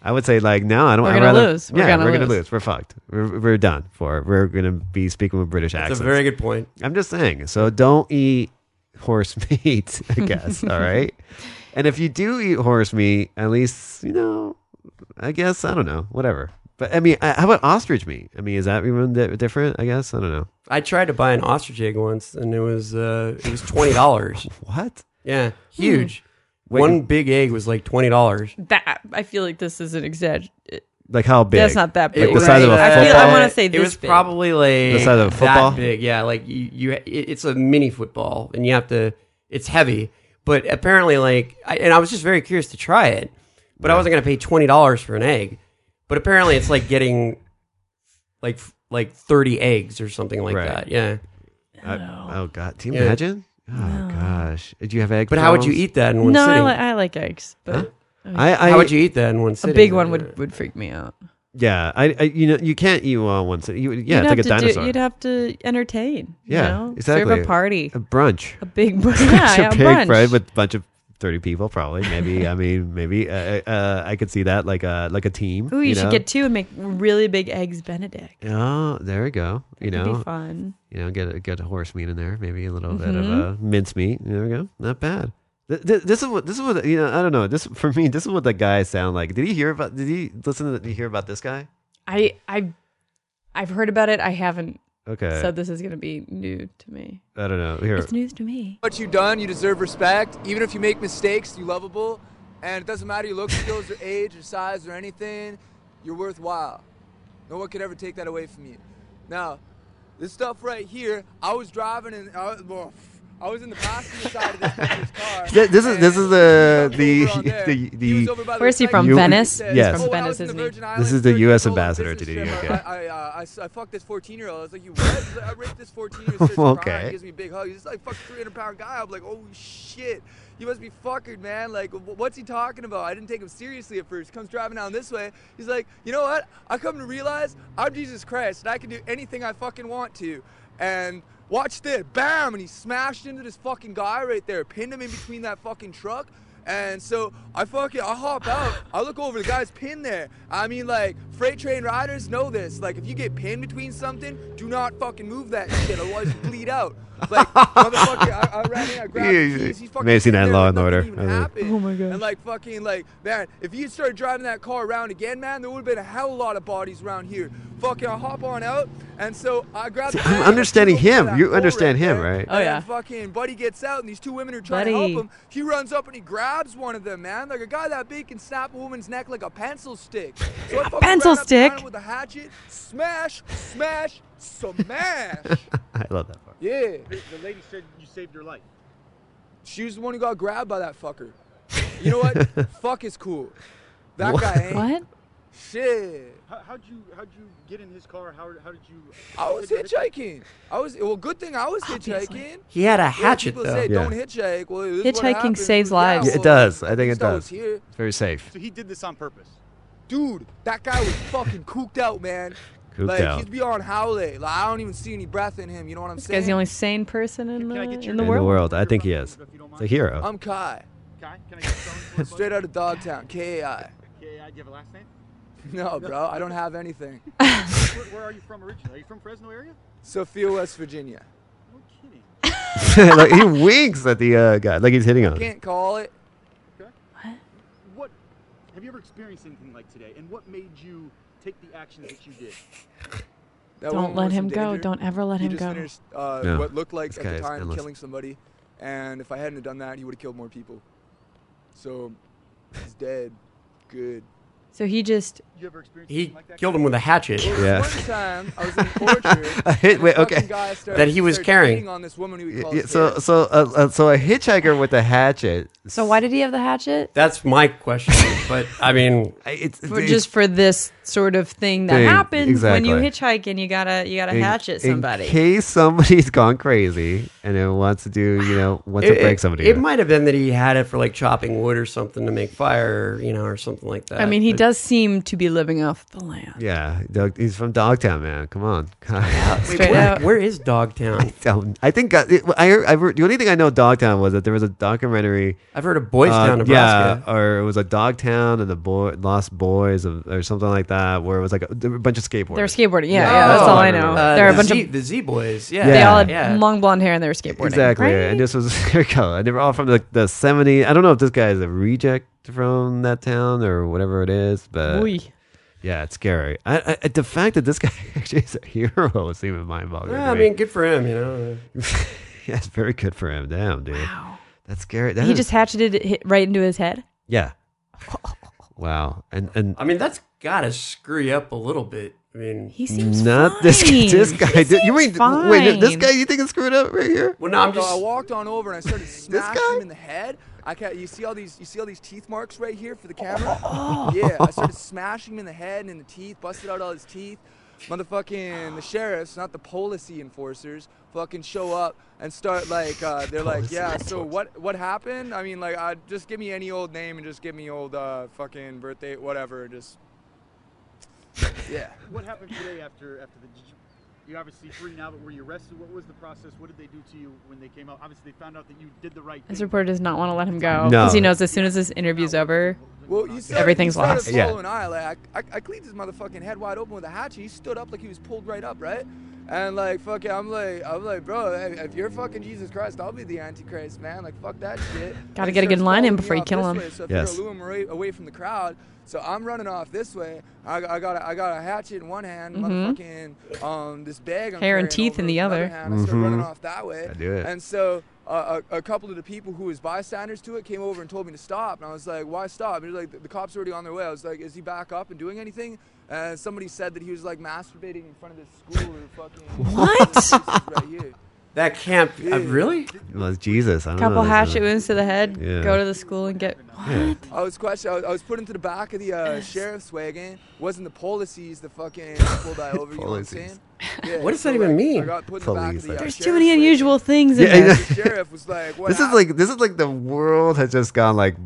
S1: I would say like, no, I don't.
S3: We're
S1: I'd
S3: gonna
S1: rather-
S3: lose. We're
S1: Yeah,
S3: gonna
S1: we're gonna
S3: lose.
S1: lose. We're fucked. We're, we're done for. We're gonna be speaking with British
S2: That's
S1: accents.
S2: a very good point.
S1: I'm just saying. So don't eat horse meat, I guess. all right. And if you do eat horse meat, at least, you know, I guess, I don't know, whatever. But I mean, I- how about ostrich meat? I mean, is that even di- different? I guess. I don't know.
S2: I tried to buy an ostrich egg once, and it was uh, it was twenty dollars.
S1: What?
S2: yeah,
S3: Hmm.
S2: huge.
S1: Wait,
S2: One
S1: you-
S2: big egg was like twenty dollars.
S3: That I feel like this is an exaggeration.
S1: Like how big?
S3: That's not that
S1: Like
S3: big.
S1: the size of a
S3: I feel I
S1: football?
S3: want to say
S2: it
S3: this
S2: was
S3: big.
S2: probably
S1: The
S2: like
S1: size of a football?
S2: That big, yeah. Like you, you it, it's a mini football, and you have to. It's heavy, but apparently, like, I, and I was just very curious to try it, but I wasn't going to pay twenty dollars for an egg. But apparently, it's like getting like f- like thirty eggs or something like
S1: Right.
S2: that. Yeah.
S1: I- oh, God. Do you
S2: Yeah.
S1: imagine? Oh, gosh. Uh, Do you have egg?
S2: But how would you
S1: problems?
S2: eat that in one
S3: No, I,
S2: sitting?
S3: li- I like eggs, but
S1: I, I,
S2: how would you eat that in one
S3: a
S2: sitting?
S3: big one would, would freak me out.
S1: Yeah. I, I, you know, you can't eat one once. You, yeah,
S3: you'd
S1: it's
S3: have
S1: like a
S3: to do-
S1: dinosaur.
S3: you'd have to entertain.
S1: Yeah,
S3: you know? Serve
S1: exactly.
S3: a party,
S1: a brunch.
S3: a big bu- yeah,
S1: It's a
S3: yeah,
S1: big
S3: brunch.
S1: bread with a bunch of 30 people probably maybe i mean maybe uh, uh, i could see that like a like a team
S3: Ooh, you, should
S1: know?
S3: get two and make really big eggs Benedict.
S1: oh there we go you
S3: That'd
S1: know
S3: be fun.
S1: you know get a, get a horse meat in there maybe a little bit
S3: Mm-hmm.
S1: of uh, mince meat there we go not bad Th- th- this is what this is what you know i don't know this for me this is what the guy sound like did he hear about did he listen to did he hear about this guy
S3: I I I've heard about it. I haven't.
S1: okay
S3: so this is gonna be new to me.
S1: i don't know here
S3: It's news to me.
S7: what you done, you deserve respect. Even if you make mistakes, you lovable. And it doesn't matter your look, skills, or age, or size, or anything. You're worthwhile. No one could ever take that away from you. Now, this stuff right here, I was driving and I was, well, I was in the passenger side of this person's car.
S1: Yeah, this is- this is the-
S7: and
S1: the-
S7: he was over on there.
S1: the- the-
S7: He was over by the
S3: Where's he
S7: recycling
S3: from?
S1: You-
S3: Venice.
S7: says,
S1: Yes.
S3: He's
S7: "Oh,
S3: from
S7: when I
S3: Venice,
S7: was in the
S3: isn't he?
S7: Virgin Islands,
S1: This is the
S7: 13
S1: US
S7: years old,
S1: ambassador to
S7: business
S1: the
S7: trip,
S1: UK.
S7: I, I, uh, I s- I fucked this 14 year old. I was like, you what? He's like, I raped this 14 year old.
S1: Okay.
S7: He gives me a big hug. He's this, like, fucking 300 pound guy. I'm like, oh shit. You must be fuckered, man. Like, wh- what's he talking about? I didn't take him seriously at first. Comes driving down this way. He's like, you know what? I come to realize I'm Jesus Christ and I can do anything I fucking want to. And watch this. Bam! And he smashed into this fucking guy right there, pinned him in between that fucking truck. And so I fucking I hop out. I look over. The guy's pinned there. I mean, like freight train riders know this. Like if you get pinned between something, do not fucking move that shit. Otherwise, you bleed out. Like motherfucker, I, I ran in. I grabbed
S1: Yeah,
S7: the keys. He's fucking
S1: may have seen that
S7: pinned
S1: in
S7: there
S1: Law
S7: like
S1: and
S7: nothing
S1: Order.
S7: even
S1: I was like,
S7: happened.
S3: Oh my gosh.
S7: And like fucking like man, if you started driving that car around again, man, there would have been a hell of a lot of bodies around here. Fucking, I hop on out. And so I grab. the
S1: I'm
S7: bag, I
S1: understanding
S7: threw it over
S1: him.
S7: that
S1: You
S7: pole
S1: understand him,
S7: there.
S1: right?
S3: Oh,
S7: And then
S3: yeah.
S7: Fucking buddy gets out, and these two women are trying
S3: Buddy.
S7: to help him. He runs up and he grabs one of them, man. Like a guy that big can snap a woman's neck like a pencil stick. So I fucking
S3: pencil
S7: ran up behind
S3: stick?
S7: him With a hatchet, smash, smash, smash.
S1: i love that part
S7: yeah,
S8: The lady said you saved her life.
S7: she was the one who got grabbed by that fucker. You know what? Fuck is cool. That guy ain't
S3: What?
S7: shit.
S8: How, how'd you how'd you get in his car? How, how did you?
S7: I was hitchhiking. I was well. Good thing I was hitchhiking.
S2: He had a
S7: Yeah,
S2: hatchet
S7: people
S2: though.
S7: Say,
S1: Yeah.
S7: Don't hitchhike. Well, this is what
S3: Hitchhiking
S7: happened.
S3: saves
S7: Yeah,
S3: lives.
S1: Yeah, it
S7: well,
S1: does. I
S7: at
S1: think it
S7: least I was
S1: does.
S7: here.
S1: it's very safe
S8: So he did this on purpose.
S7: dude, that guy was fucking cooked out, man.
S1: Cooped
S7: like
S1: out.
S7: he's beyond howlay. Like I don't even see any breath in him. You know what I'm
S3: This
S7: saying?
S3: guy's the only sane person in
S8: Can
S3: the,
S8: I get your
S3: in the
S1: in the
S3: world. Um,
S1: world i think he is
S8: If you don't
S1: it's a
S8: mind.
S1: hero
S7: I'm Kai,
S8: Kai, can I get your phone?
S7: straight out of Dogtown, KAI.
S8: Yeah, I give a last name.
S7: No, bro, I don't have anything.
S8: Where, where are you from originally? Are you from Fresno area?
S7: Sophia, West Virginia.
S8: No kidding.
S1: like he winks at the uh, guy, like he's hitting on. him.
S7: Can't call it.
S8: What? Have you ever experienced anything like today? And what made you take the actions that you did?
S7: That
S3: Don't
S7: woman
S3: let
S7: was in
S3: him go.
S7: danger.
S3: Don't ever let
S7: he
S3: him
S7: just
S3: go.
S7: finished uh,
S1: No,
S7: what looked like
S1: this
S7: at
S1: guy
S7: the
S1: is
S7: time
S1: endless.
S7: killing somebody, and if I hadn't have done that, he would have killed more people. So he's dead. Good.
S3: So he just
S8: You ever experienced
S2: He
S8: something like that?
S2: killed him with a hatchet.
S1: Yeah.
S7: One time, I was in an orchard.
S1: A hit-
S7: and
S1: wait,
S7: fucking
S1: okay.
S7: guy started-
S2: That he was
S7: started
S2: carrying.
S7: hitting On this woman who he
S1: Y-
S7: called
S1: y- So so uh, uh, so a hitchhiker with a hatchet.
S3: So why did he have the hatchet?
S2: That's my question. but I mean,
S1: I- It's,
S3: For,
S1: it's-
S3: just for this sort of thing that
S1: Thing,
S3: happens when you
S1: exactly.
S3: hitchhike and you gotta you gotta
S1: in-
S3: hatchet
S1: in
S3: somebody.
S1: case somebody's gone crazy and it wants to do you know wants to break somebody.
S2: It,
S1: with.
S2: might have been that he had it for like chopping wood or something to make fire, you know, or something like that.
S3: I
S1: Uh,
S3: mean, he
S2: But-
S3: does seem to be living off the land.
S1: yeah, Doug, he's from Dogtown, man. Come on. God.
S3: Straight
S2: Where-
S3: out.
S2: where is Dogtown?
S1: Dogtown. I think uh, it, I, I, the only thing I know of Dogtown was that there was a documentary.
S2: I've heard of Boys Town,
S1: uh,
S2: Nebraska.
S1: Yeah, or it was a Dogtown and the boy Lost Boys of, or something like that, where it was like a, there were a bunch of skateboarders.
S3: They're skateboarding. Yeah, yeah, that's
S1: Oh,
S3: all I
S1: no,
S3: know.
S1: no,
S2: Uh,
S3: There are a
S2: the
S3: bunch
S2: Z,
S3: of
S2: the Z Boys. Yeah,
S3: they
S1: Yeah.
S3: all had
S2: yeah.
S3: long blonde hair and they were skateboarding.
S1: Exactly,
S3: Right?
S1: and this was here we go. And they were all from the the seventy. I don't know if this guy is a reject from that town or whatever it is, but
S3: Oy.
S1: yeah, it's scary. I, I, the fact that this guy actually is a hero is even mind boggling.
S2: Yeah, I mean, good for him. You know,
S1: that's very good for him. Damn, dude,
S3: Wow.
S1: that's scary. That
S3: He
S1: is-
S3: just hatcheted it hit right into his head.
S1: yeah. Wow, and and
S2: I mean, that's gotta screw you up a little bit. I mean,
S3: He Oh, seems
S1: not this
S3: fine.
S1: this guy.
S3: He
S1: Did, you mean
S3: seems
S1: wait? This
S3: fine.
S1: guy you think is screwed up right here?
S2: well, no, I'm
S7: So I
S2: just.
S7: walked on over and I started smacking
S1: guy?
S7: him in the head. I ca you see all these you see all these teeth marks right here for the camera. Yeah, I started smashing him in the head and in the teeth, busted out all his teeth. Motherfucking the sheriffs, not the policy enforcers, fucking show up and start like uh, they're like,
S1: Policy
S7: yeah. So what what happened? I mean, like, uh, just give me any old name and just give me old uh, fucking birthday, whatever. Just yeah.
S8: What happened today after after the? did you- You're obviously free now, but were you arrested? What was the process? What did they do to you when they came out? Obviously, they found out that you did the right
S3: This
S8: thing.
S3: reporter does not want to let him go
S1: No.
S3: because he knows as soon as this interview's over,
S7: Well, you started,
S3: Everything's
S7: you started
S3: lost.
S1: Yeah.
S7: Following I, like, I, I cleaved his motherfucking head wide open with a hatchet. He stood up like he was pulled right up, right? And like, fuck it, I'm like, I'm like, bro, if if you're fucking Jesus Christ, I'll be the Antichrist, man. Like, fuck that shit.
S3: Gotta
S7: And he
S3: get a good
S7: starts
S3: line in
S7: following me
S3: before you
S7: off
S3: kill
S7: this
S3: him.
S7: way, so if
S1: Yes.
S7: you're gonna lure him away, away from the crowd, so I'm running off this way. I, I got, a, I got a hatchet in one hand, motherfucking, um, this bag. I'm
S3: Mm-hmm. Hair and
S7: carrying
S3: teeth in
S7: over
S3: the other.
S7: hand. I started running off that way.
S1: Mm-hmm. I do it.
S7: And so uh, a, a couple of the people who was bystanders to it came over and told me to stop. And I was like, why stop? And he was like, the, the cop's already on their way. I was like, is he back up and doing anything? And somebody said that he was like masturbating in front of this school or fucking.
S3: what?
S7: right here.
S2: That can't. Uh, really?
S1: Well, it's Jesus. I don't
S3: Couple
S1: know. This is-
S3: hatchet wounds to the head.
S1: Yeah.
S3: Go to the school and get what?
S7: I was questioned. I was, I was put into the back of the uh, sheriff's wagon. Wasn't the policies the fucking pulled that over? you know what I'm saying?
S1: Policies.
S7: Yeah,
S2: What does
S7: so,
S2: that even
S7: like,
S2: mean?
S7: I got put in the back of the, uh,
S3: There's too
S7: sheriff's
S3: many
S7: wagon.
S3: unusual things in
S1: Yeah, I
S3: this.
S1: know.
S7: The sheriff was like, what
S1: this is
S7: happened?
S1: like this is like the world has just gone like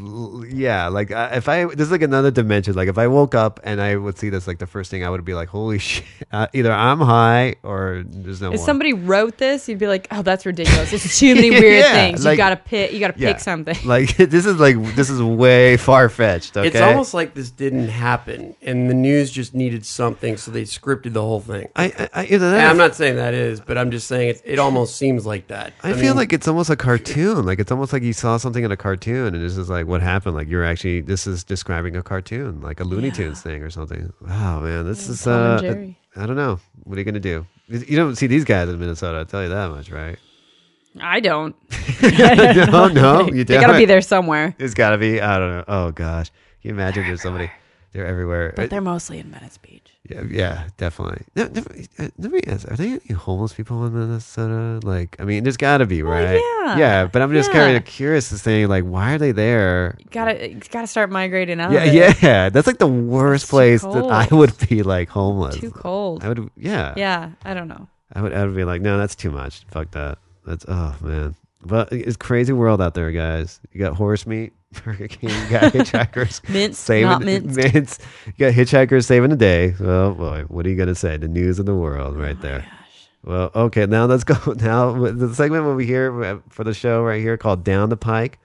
S1: l- yeah like uh, if i this is like another dimension like if i woke up and i would see this like the first thing i would be like holy shit uh, either i'm high or there's no
S3: If
S1: one.
S3: somebody wrote this, you'd be like, "Oh, that's ridiculous. It's too many weird
S1: Yeah,
S3: things.
S1: like-
S3: you gotta pick. You gotta
S1: Yeah.
S3: pick something."
S1: like this is like this is way far-fetched okay
S2: It's almost like this didn't happen, and the news just needed something, so they scripted the whole thing.
S1: i i, I either that
S2: And
S1: or-
S2: I'm not saying that is, but I'm just saying it, it almost seems like that.
S1: I, feel
S2: mean,
S1: like it's almost a cartoon. Like it's almost like you saw something in a cartoon, and this is like what happened. Like you're actually this is describing a cartoon, like a Looney Tunes thing or something. Wow, man, this is.
S3: Tom
S1: Uh,
S3: and Jerry.
S1: I don't know. What are you gonna do? You don't see these guys in Minnesota. I'll tell you that much, right?
S3: I don't.
S1: no, no, you
S3: They gotta
S1: don't.
S3: be there somewhere.
S1: It's gotta be. I don't know. Oh gosh, can you imagine there's somebody? They're everywhere. Uh,
S3: But they're mostly in Venice Beach.
S1: Yeah, yeah, definitely. No, no, uh, let me ask: Are there any homeless people in Minnesota? Like, I mean, there's got to be, right?
S3: Oh, yeah.
S1: but I'm just
S3: Yeah.
S1: kind of curious to saying, like, why are they there?
S3: Gotta you gotta start migrating out.
S1: Yeah,
S3: of it.
S1: yeah, that's like the worst
S3: too
S1: place that I
S3: cold.
S1: would be like homeless.
S3: Too cold.
S1: I would, yeah,
S3: yeah, I don't know.
S1: I would, I would be like, no, that's too much. Fuck that. That's oh man. But it's crazy world out there, guys. You got horse meat, Burger King, you got hitchhikers
S3: Mince,
S1: saving
S3: not minced.
S1: mince. You got hitchhikers saving the day. Well, boy, what are you gonna say? The news of the world,
S3: Oh,
S1: right there. Well, okay, now let's go. Now with the segment over here uh, for the show right here called "Down the Pike."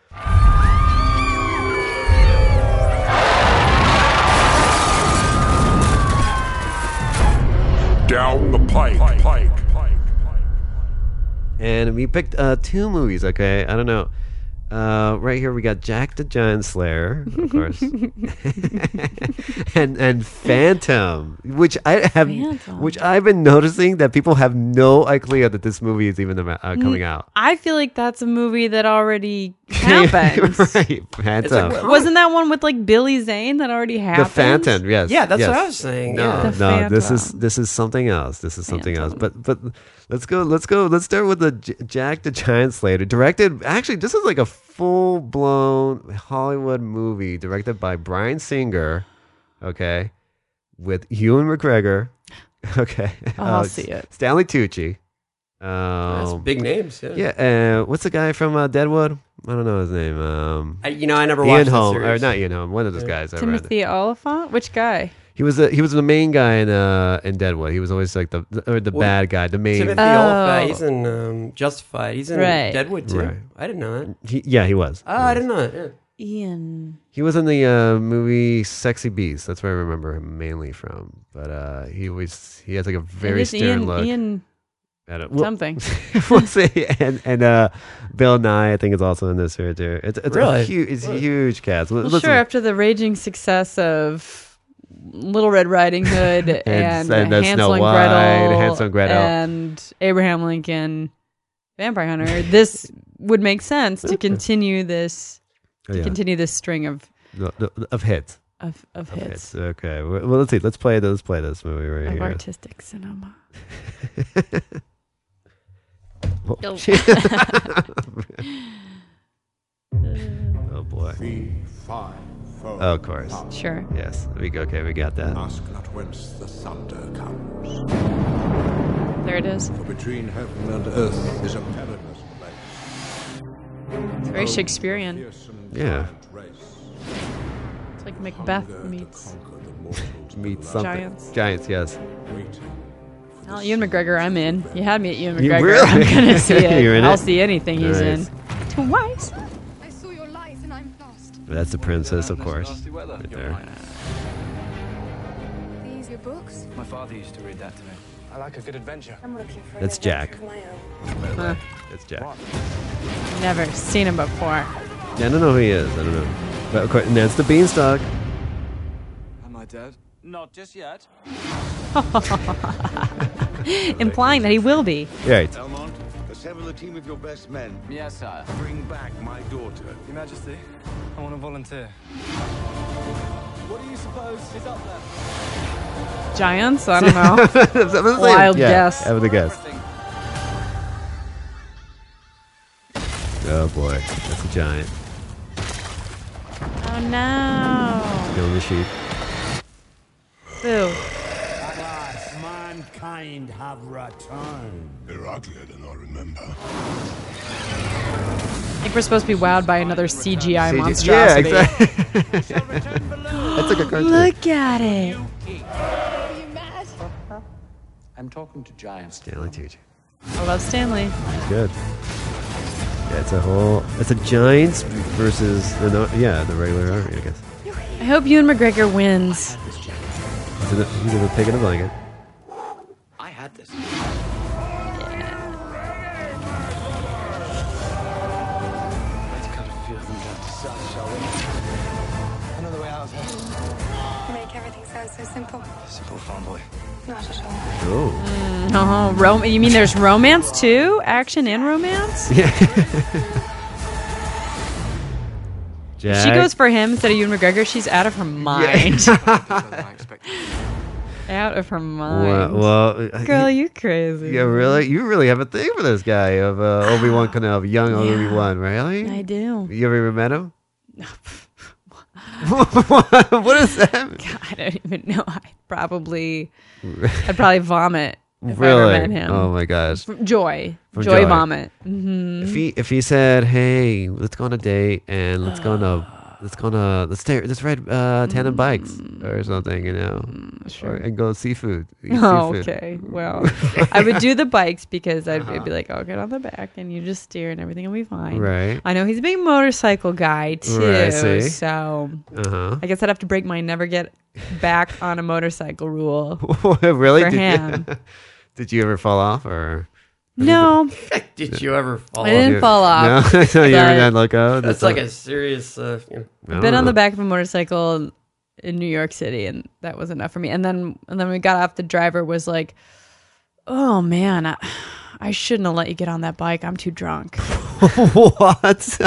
S9: Down the pike. pike, pike, pike, pike.
S1: and we picked uh, two movies. Okay, I don't know. Uh, right here we got Jack the Giant Slayer, of course, and and Phantom, which I have,
S3: Phantom.
S1: which I've been noticing that people have no idea that this movie is even about, uh, coming out.
S3: I feel like that's a movie that already happened.
S1: right, Phantom,
S2: what-
S3: Wasn't that one with like Billy Zane that already
S1: the
S3: happened?
S1: Phantom. Yes,
S2: Yeah, that's
S1: yes.
S2: what I was saying.
S1: No,
S2: yeah.
S3: The
S1: no, this is
S3: Phantom.
S1: this is something else. This is something else. But but let's go let's go let's start with the J- Jack the Giant Slayer directed. Actually, this is like a full blown Hollywood movie directed by Brian Singer. Okay, with Ewan McGregor. Okay,
S3: Oh, I'll see it.
S1: Stanley Tucci.
S2: That's
S1: Um,
S2: big names. Yeah.
S1: Yeah, uh, what's the guy from uh, Deadwood? I don't know his name. Um,
S2: I, you know, I never
S1: Ian
S2: watched
S1: Holm,
S2: that
S1: or
S2: series.
S1: not Ian Holm? One of those guys. I read.
S3: Timothy Oliphant? Which guy?
S1: He was the he was the main guy in uh in Deadwood. He was always like the or the
S2: Well,
S1: bad guy, the main.
S2: Timothy
S3: Oh.
S2: Oliphant. He's in um, Justified. He's in
S3: Right.
S2: Deadwood too.
S1: Right.
S2: I didn't know that.
S1: He, yeah, he was.
S2: Oh, I didn't know that. Yeah.
S3: Ian.
S1: He was in the uh, movie Sexy Beast. That's where I remember him mainly from. But uh, he always he has like a very
S3: It is
S1: stern
S3: Ian,
S1: look.
S3: Ian
S1: at it.
S3: something.
S1: we'll see. And and uh, Bill Nye, I think, is also in this here too. It's it's a
S2: Really?
S1: huge it's a huge cast. L-
S3: Well,
S1: listen,
S3: sure, after the raging success of Little Red Riding Hood and,
S1: And- and the
S3: Hansel
S1: Snow
S3: and
S1: White,
S3: Gretel,
S1: Hansel and Gretel.
S3: and Abraham Lincoln, Vampire Hunter, this would make sense to continue this
S1: oh,
S3: to
S1: yeah.
S3: continue this string of
S1: No, no, of hits.
S3: of, of
S1: Of
S3: hits
S1: hits. Okay. Well, let's see. Let's play. Let's play this movie right
S3: of
S1: here.
S3: artistic cinema.
S1: Oh,
S3: Yo.
S1: shit. oh boy. Oh, of course.
S3: Sure.
S1: Yes. We go. Okay. We got that.
S9: Ask not whence the thunder comes,
S3: There it is.
S9: for between heaven and earth is a perilous place. Oh,
S3: It's very Shakespearean.
S9: Fearsome
S1: Yeah.
S9: giant race.
S3: It's like Macbeth
S9: Hunger to
S3: meets.
S9: conquer the mortals
S1: Meet
S9: below,
S1: something.
S3: Giants.
S1: Giants. Yes.
S9: waiting for the
S3: Oh, Ewan McGregor, I'm in. You had me at Ewan
S1: You
S3: McGregor.
S1: really-
S3: I'm gonna see it.
S1: You're in
S3: I'll
S1: it?
S3: see anything he's
S1: Nice.
S3: in. Twice.
S10: I saw your lies and I'm lost.
S1: That's the princess, of course. Right there.
S10: These your books?
S11: My father used to read that to me. I like a good adventure.
S10: I'm looking for
S1: That's Jack.
S3: Huh.
S1: It's Jack.
S3: Never seen him before.
S1: Yeah, I don't know who he is. I don't know. But of course, and that's the beanstalk.
S11: Am I dead? Not just yet.
S3: Implying that he will be.
S1: Right.
S9: Belmont, assemble a team of your best men.
S11: Yes, sir.
S9: Bring back my daughter.
S11: Your Majesty, I want to volunteer. What do you suppose is up there?
S3: Giants? I don't know.
S1: I'm gonna say-
S3: Wild
S1: yeah,
S3: guess.
S1: Having a guess. Oh boy, that's a giant
S3: oh no.
S1: killing the sheep.
S3: Boo.
S4: Mankind have returned.
S9: They're uglier than I remember.
S3: I think we're supposed to be wowed by another CGI monstrosity.
S1: Yeah, exactly. that's like a cartoon.
S3: Look at it.
S10: Are you mad?
S11: I'm talking to giants.
S1: Stanley Tucci.
S3: I love Stanley.
S1: Good. Yeah, it's a whole. It's a Giants versus the no- yeah the regular army, I guess.
S3: I hope Ewan McGregor wins.
S1: He's in a, he's in a pig in a blanket.
S11: I had this. Let's cut a few of them down to size, shall we? Another way out of here.
S10: You make everything sound so simple.
S11: Simple farm boy.
S10: Not at all.
S1: Oh,
S3: Oh, rom- you mean there's romance too? Action and romance?
S1: Jack.
S3: She goes for him instead of Ewan McGregor. She's out of her mind.
S11: I expect.
S3: out of her mind.
S1: Well, well uh,
S3: Girl,
S1: you,
S3: you crazy.
S1: yeah, really, you really have a thing for this guy of uh, Obi Wan Kenobi, young Obi Wan, really?
S3: I do.
S1: You ever met him? what is that?
S3: God, I don't even know. I probably, I'd probably vomit if I ever met him.
S1: Oh my gosh.
S3: From joy,
S1: From
S3: joy,
S1: joy. Oh,
S3: vomit. hmm
S1: If he if he said, "Hey, let's go on a date and let's go on a let's go on a let's stay, let's ride uh, tandem
S3: Mm.
S1: bikes or something," you know, sure. and go seafood. eat
S3: Oh,
S1: seafood.
S3: okay. Well, I would do the bikes because I'd, I'd be like, "I'll get on the back, and you just steer, and everything will be fine."
S1: Uh-huh. Right.
S3: I know he's a big motorcycle guy too,
S1: Right, see?
S3: so
S1: Uh
S3: I guess I'd have to break my never get back on a motorcycle rule
S1: huh. really?
S3: for
S1: did,
S3: him.
S1: You, did you ever fall off or?
S3: No,
S2: Did you ever fall
S3: I didn't
S2: off?
S3: fall off.
S1: No, you ever
S3: but-
S1: not let go.
S2: That's like a serious. Uh, you know.
S1: I
S3: been
S1: don't
S3: on
S1: know.
S3: the back of a motorcycle in- in New York City, and that was enough for me. And then, and then we got off. The driver was like, "Oh man, I, I shouldn't have let you get on that bike. I'm too drunk."
S1: what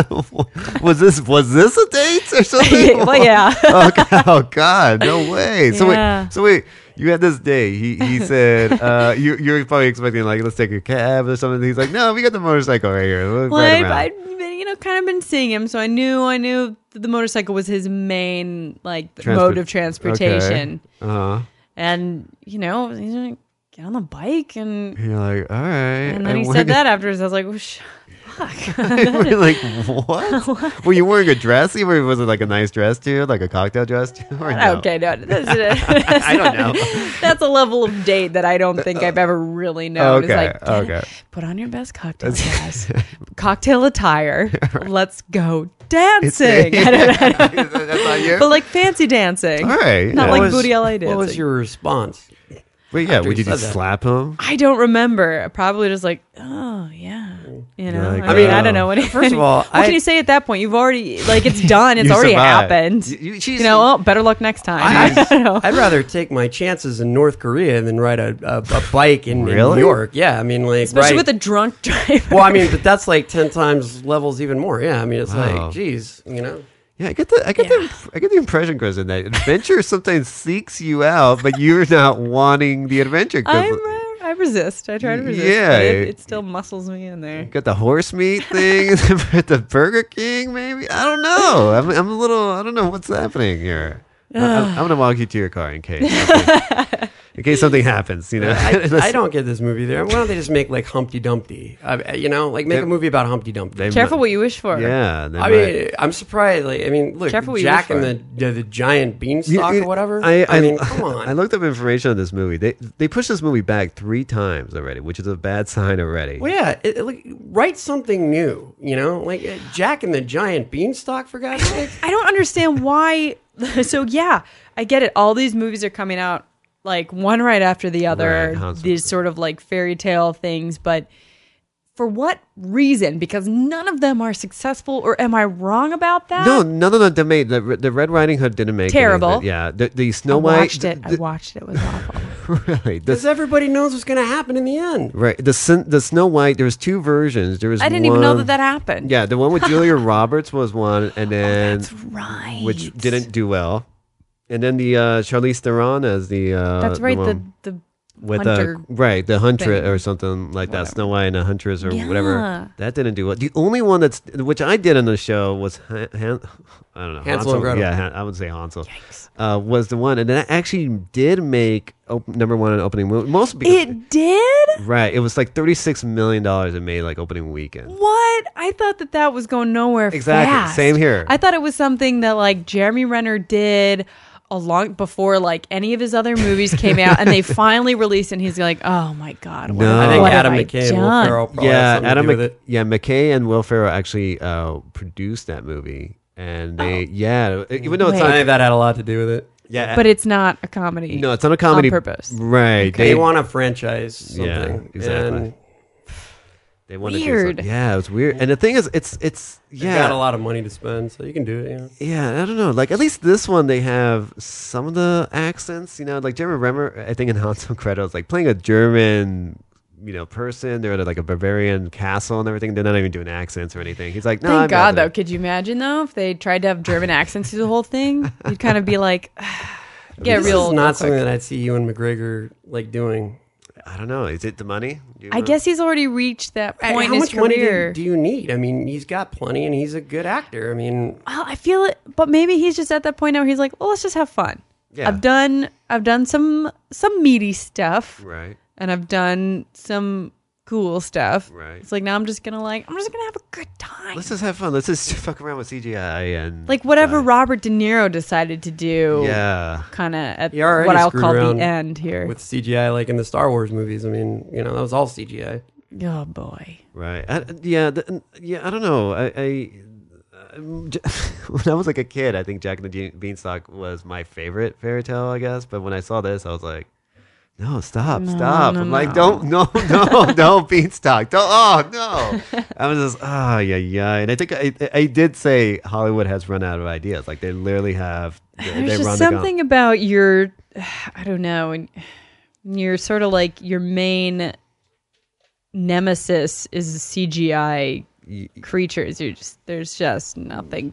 S1: was this? Was this a date or something?
S3: Well, yeah.
S1: oh, God, oh God, no way. So
S3: Yeah.
S1: wait, so wait. You had this day. He he said uh, you you're probably expecting like let's take a cab or something. He's like, no, we got the motorcycle right here. We'll
S3: well,
S1: ride
S3: I've,
S1: around."
S3: I'd been, you know, kind of been seeing him, so I knew, I knew that the motorcycle was his main like
S1: Transport-
S3: mode of transportation.
S1: Okay. Uh-huh.
S3: And you know, he's like, "Get on the bike," and
S1: You're like, all right.
S3: and then he
S1: we're
S3: said
S1: gonna-
S3: that afterwards. I was like, well, sh- "Fuck."
S1: We're like what? were you wearing a dress? You were- Was it like a nice dress too, like a cocktail dress too? Or no?
S3: Okay, no, that's, that's
S1: I don't know.
S3: That's a level of date that I don't think I've ever really known. It's
S1: Okay,
S3: like, get it-
S1: okay.
S3: put on your best cocktail dress, cocktail attire. Let's go dancing. I don't, I don't-
S1: That's not you.
S3: but like fancy dancing.
S1: All right,
S3: not
S1: yeah.
S3: like
S1: What was-
S3: booty LA dancing.
S2: What was your response?
S1: Wait, yeah.
S2: After
S1: Would
S2: he
S1: you just
S2: said that.
S1: slap him?
S3: I don't remember. Probably just like, oh yeah, you know.
S1: Like,
S3: I mean, I
S1: oh.
S3: don't know what.
S2: First of all,
S3: what
S2: I-
S3: can you say at that point? You've already like it's done. It's
S1: You
S3: already
S1: survived.
S3: happened.
S1: You- you-
S3: You,
S1: she's-
S3: know, oh, better luck next time. I don't know.
S2: I'd rather take my chances in North Korea than ride a, a, a bike in, in
S1: Really?
S2: New York. Yeah, I mean, like,
S3: Especially
S2: right.
S3: with a drunk driver.
S2: well, I mean, but that's like ten times levels even more. Yeah, I mean, it's
S1: Wow.
S2: like, geez, you know.
S1: Yeah, I get the I get the imp- I get the impression, Kristen, that adventure sometimes seeks you out, but you're not wanting the adventure. 'cause
S3: I'm, uh, I resist. I try to resist.
S1: Yeah.
S3: but it, it still muscles me in there.
S1: you got the horse meat thing at the Burger King, maybe. I don't know. I'm I'm a little. I don't know what's happening here. I- I'm, I'm gonna walk you to your car in case something- in case something happens. You know,
S2: I,
S1: Let's-
S2: I don't get this movie there. Why don't they just make like Humpty Dumpty? I, you know, like make
S1: They-
S2: a movie about Humpty Dumpty.
S1: they
S3: Careful
S1: might-
S3: what you wish for.
S1: Yeah, they
S2: I
S1: might-
S2: mean, I'm surprised. Like, I mean, look,
S3: Careful what you
S2: Jack
S3: wish
S2: and
S3: for.
S2: the, the the giant beanstalk
S1: You-
S2: or whatever.
S1: I, I,
S2: mean, come on.
S1: I looked up information on this movie. They they pushed this movie back three times already, which is a bad sign already.
S2: well, yeah, it, it- like, write something new. You know, like uh, Jack and the giant beanstalk for God's sake.
S3: I don't understand why. so yeah, I get it. All these movies are coming out like one right after the other.
S1: Right, constantly.
S3: these sort of like fairy tale things, but for what reason? Because none of them are successful. Or am I wrong about that?
S1: No, none of them made the the Red Riding Hood didn't make
S3: Terrible.
S1: any of it. Yeah, the, the
S3: I
S1: Snow White
S3: watched it. I
S1: the-
S3: watched it. It was awful.
S1: really,
S2: Because
S1: the,
S2: everybody knows what's going to happen in the end.
S1: right. The Sin- the Snow White. There was two versions. There was
S3: I didn't even know
S1: one-
S3: that that happened.
S1: Yeah, the one with Julia Roberts was one, and then
S3: right.
S1: which didn't do well. And then the uh, Charlize Theron as the uh,
S3: That's
S1: the
S3: right. The
S1: one
S3: the
S1: with
S3: hunter
S1: the right the huntress
S3: thing.
S1: or something like that,
S3: Whatever.
S1: Snow White and a huntress or
S3: Yeah.
S1: whatever. That didn't do well. The only one that's which I did on the show was Han, Han, I don't know
S2: Hansel and Gretel.
S1: Yeah, Han, I would say Hansel uh, was the one, and that actually did make op- number one in opening week. Most because,
S3: it did.
S1: right, it was like thirty six million dollars it made like opening weekend.
S3: What? I thought that that was going nowhere.
S1: Exactly.
S3: fast.
S1: Same here.
S3: I thought it was something that like Jeremy Renner did a long before like any of his other movies came out, and they finally released, it, and he's like, "Oh my god, what,
S1: No.
S3: have-
S2: I think
S3: what have
S2: Adam
S3: I
S2: McKay and Will
S3: done?"
S2: Ferrell probably had
S1: yeah,
S2: Oh, something to
S1: Adam.
S2: do with
S1: Mc-
S2: it.
S1: yeah, McKay and Will Ferrell actually uh, produced that movie, and they yeah, even though it's
S3: Oh. Wait.
S2: I
S1: not
S2: think that had a lot to do with it.
S1: yeah,
S3: But it's not a comedy.
S1: no, it's not a comedy
S3: on purpose.
S1: right?
S2: They
S1: They
S2: want to franchise something.
S1: Yeah, exactly.
S2: And
S1: They wanted to do
S3: Weird.
S1: something. Yeah, it's weird. And the thing is, it's it's
S2: yeah.
S1: yeah,
S2: Got a lot of money to spend, so you can do it. You know?
S1: yeah. I don't know. Like at least this one, they have some of the accents. You know, like Jeremy Remmer, I think in Hansel and Gretel, is like playing a German. You know, person. They're at like a Bavarian castle and everything. They're not even doing accents or anything. He's like, no,
S3: Thank
S1: I'm
S3: God,
S1: out
S3: though. Could you imagine though if they tried to have German accents through the whole thing? You'd kind of be like, get
S2: this
S3: real.
S2: is not
S3: real quick.
S2: something that I'd see you and McGregor like doing.
S1: there." I don't know. Is it the money? Do you
S3: I
S1: know?
S3: guess he's already reached that
S2: Hey,
S3: point
S2: how
S3: in
S2: much
S3: his
S2: money do
S3: career.
S2: you, do you need? I mean, he's got plenty, and he's a good actor. I mean,
S3: Well, I feel it, but maybe he's just at that point now. Where he's like, well, let's just have fun.
S1: Yeah.
S3: I've done, I've done some some meaty stuff,
S1: Right.
S3: and I've done some cool stuff.
S1: Right.
S3: It's like now I'm just gonna like, I'm just gonna have a good time.
S1: Let's just have fun. Let's just fuck around with CGI and
S3: like whatever Robert De Niro decided to do.
S1: Yeah.
S3: Kind of at
S2: He already
S3: what I'll
S2: screwed
S3: call
S2: around
S3: the end here.
S2: with CGI, like in the Star Wars movies. I mean, you know, that was all CGI.
S3: oh boy.
S1: Right. I, yeah. The, yeah. I don't know. I. I um, j- when I was like a kid, I think Jack and the Bean- Beanstalk was my favorite fairy tale, I guess. But when I saw this, I was like, No, stop,
S3: No,
S1: stop.
S3: no,
S1: I'm like,
S3: no.
S1: don't, no, no, no, beanstalk. Don't, oh, no. I was just, oh, yeah, yeah. And I think I, I did say Hollywood has run out of ideas. Like, they literally have, they, they
S3: There's
S1: run
S3: just
S1: the
S3: something about your, I don't know, and your sort of like your main nemesis is CGI creatures. You're just there's just nothing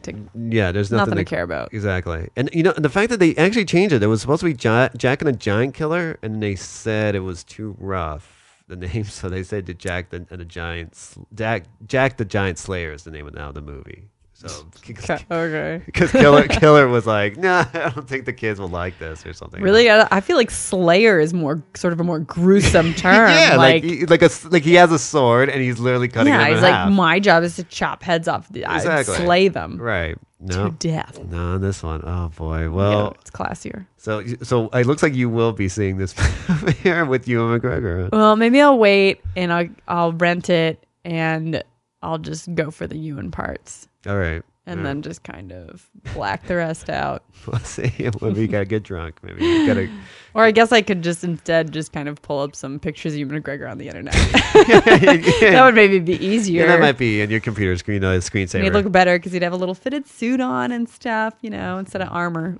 S3: to.
S1: gaunt. Yeah, there's nothing,
S3: nothing to care about.
S1: Exactly. And, you know, the fact that they actually changed it, it was supposed to be Gi- Jack and the Giant Killer, and they said it was too rough, the name. So they said to Jack the, and the Giant, Sl- Jack, Jack the Giant Slayer is the name of now the movie. So,
S3: Okay.
S1: because Killer Killer was like, nah, I don't think the kids will like this or something.
S3: Really, I, I feel like Slayer is more sort of a more gruesome term.
S1: yeah, like
S3: like,
S1: he, like a s- like he has a sword and he's literally cutting.
S3: yeah,
S1: him
S3: he's
S1: in
S3: like
S1: half.
S3: my job is to chop heads off. The,
S1: Exactly.
S3: I slay them.
S1: right no
S3: to death.
S1: No, this one. Oh boy. Well,
S3: It's classier.
S1: so so it looks like you will be seeing this here with you and McGregor.
S3: Well, maybe I'll wait and I'll I'll rent it and I'll just go for the Ewan parts
S1: All right.
S3: Oh. and
S1: All right.
S3: then just kind of black the rest out.
S1: we'll see. Maybe you gotta get drunk. Maybe you gotta.
S3: Or I guess I could just instead just kind of pull up some pictures of Ewan McGregor on the internet. that would maybe be easier.
S1: Yeah, that might be in your computer screen. Uh, screensaver.
S3: And He'd look better because he'd have a little fitted suit on and stuff, you know, instead of armor.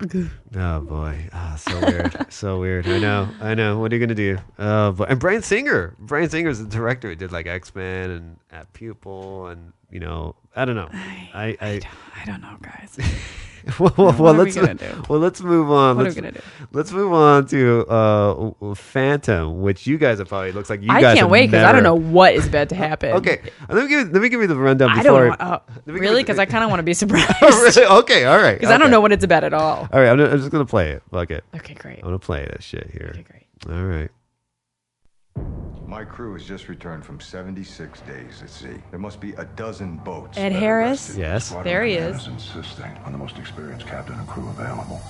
S1: Oh boy, Ah, so weird, so weird. I know, I know. What are you gonna do? Uh, but, and Brian Singer, Brian Singer is the director. He did like X Men and At Pupil, and you know, I don't know. I, I,
S3: I don't know, guys.
S1: well, well,
S3: What are we
S1: let's
S3: gonna do?
S1: well, let's move on.
S3: What are we
S1: let's,
S3: gonna do?
S1: Let's move on to uh, w- w- Phantom, which you guys have probably looks like you
S3: I
S1: guys.
S3: can't
S1: have
S3: wait because I
S1: never-
S3: don't know what is about to happen.
S1: Okay, let me give you- let me give you the rundown.
S3: I
S1: Before
S3: don't want, uh,
S1: Let me
S3: really
S1: give you-
S3: because I kind of want to be surprised
S1: Oh,
S3: because
S1: really? Okay, all right.
S3: I don't
S1: okay.
S3: know what it's about at all.
S1: All right, I'm, I'm just gonna play it. Fuck it.
S3: Okay, great.
S1: I'm gonna play that shit here.
S3: Okay, great.
S1: All right.
S9: My crew has just returned from 76 days at sea. There must be a dozen boats.
S3: Ed
S9: that are
S3: Harris?
S9: resting.
S1: Yes.
S9: Squadron
S3: There he
S9: commander
S3: is.
S9: insisting on the most experienced captain and crew available.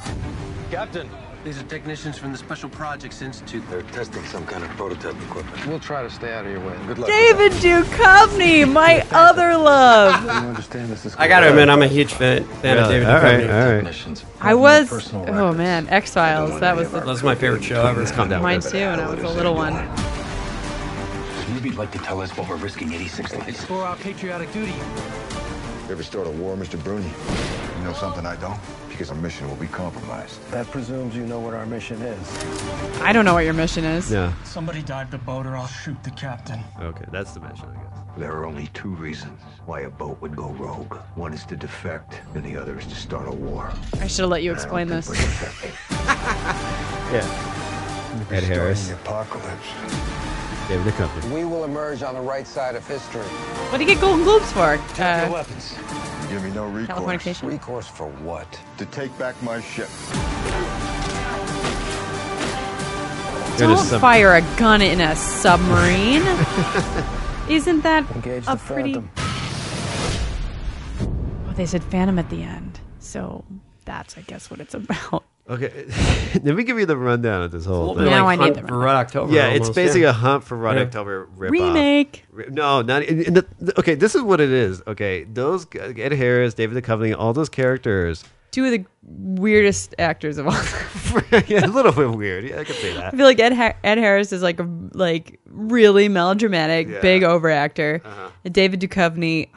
S11: Captain, these are technicians from the Special Projects Institute. They're testing some kind of prototype equipment. We'll try to stay out of your way. Good luck.
S3: David Duchovny, my other love.
S11: You understand this is
S2: I gotta admit, I'm a huge fan, fan of
S1: Really?
S2: David
S1: All right,
S2: Duchovny.
S1: all right.
S11: Missions.
S3: I was. Oh man, Exiles. That was the,
S2: That's my favorite show ever.
S1: Let's calm down.
S3: mine
S1: with this.
S3: too when I was a little one.
S11: You'd like to tell us what we're risking 86 lives. for our patriotic duty.
S9: You ever start a war, Mr. Bruni? You know something I don't? Because our mission will be compromised.
S11: That presumes you know what our mission is.
S3: I don't know what your mission is.
S1: Yeah.
S11: Somebody dive the boat or I'll shoot the captain.
S1: Okay, that's the mission, I guess.
S9: There are only two reasons why a boat would go rogue. One is to defect, and the other is to start a war.
S3: I should have let you explain
S9: I don't think
S3: this.
S9: we're defecting.
S1: Yeah. Ed Harris,
S9: Starting the apocalypse.
S1: David Duchovny.
S11: We will emerge on the right side of history.
S3: What do you get Golden Globes for?
S11: Your
S3: Uh,
S11: weapons.
S9: You Give me no recourse
S3: Californication.
S11: Recourse for what?
S9: to take back my ship.
S1: There
S3: Don't
S1: is some-
S3: fire a gun in a submarine. Isn't that
S11: Engage
S3: a
S11: the
S3: pretty?
S11: Phantom.
S3: Oh, they said Phantom at the end, so that's I guess what it's about.
S1: Okay, let me give you the rundown of this whole thing.
S3: bit Now
S2: Now like
S3: I need
S2: Hunt
S3: the
S2: for Red October.
S1: Yeah,
S2: almost,
S1: it's basically
S2: yeah.
S1: a hunt for Red
S2: Yeah.
S1: October ripoff.
S3: Remake.
S1: Re- No, not e, and- and the, the- okay. This is what it is. Okay, those g- Ed Harris, David Duchovny, all those characters.
S3: Two of the weirdest actors of all time.
S1: yeah, a little bit weird. Yeah, I could say that.
S3: I feel like Ed, ha- Ed Harris is like a like really melodramatic,
S1: Yeah. Uh-huh.
S3: big overactor. And David Duchovny,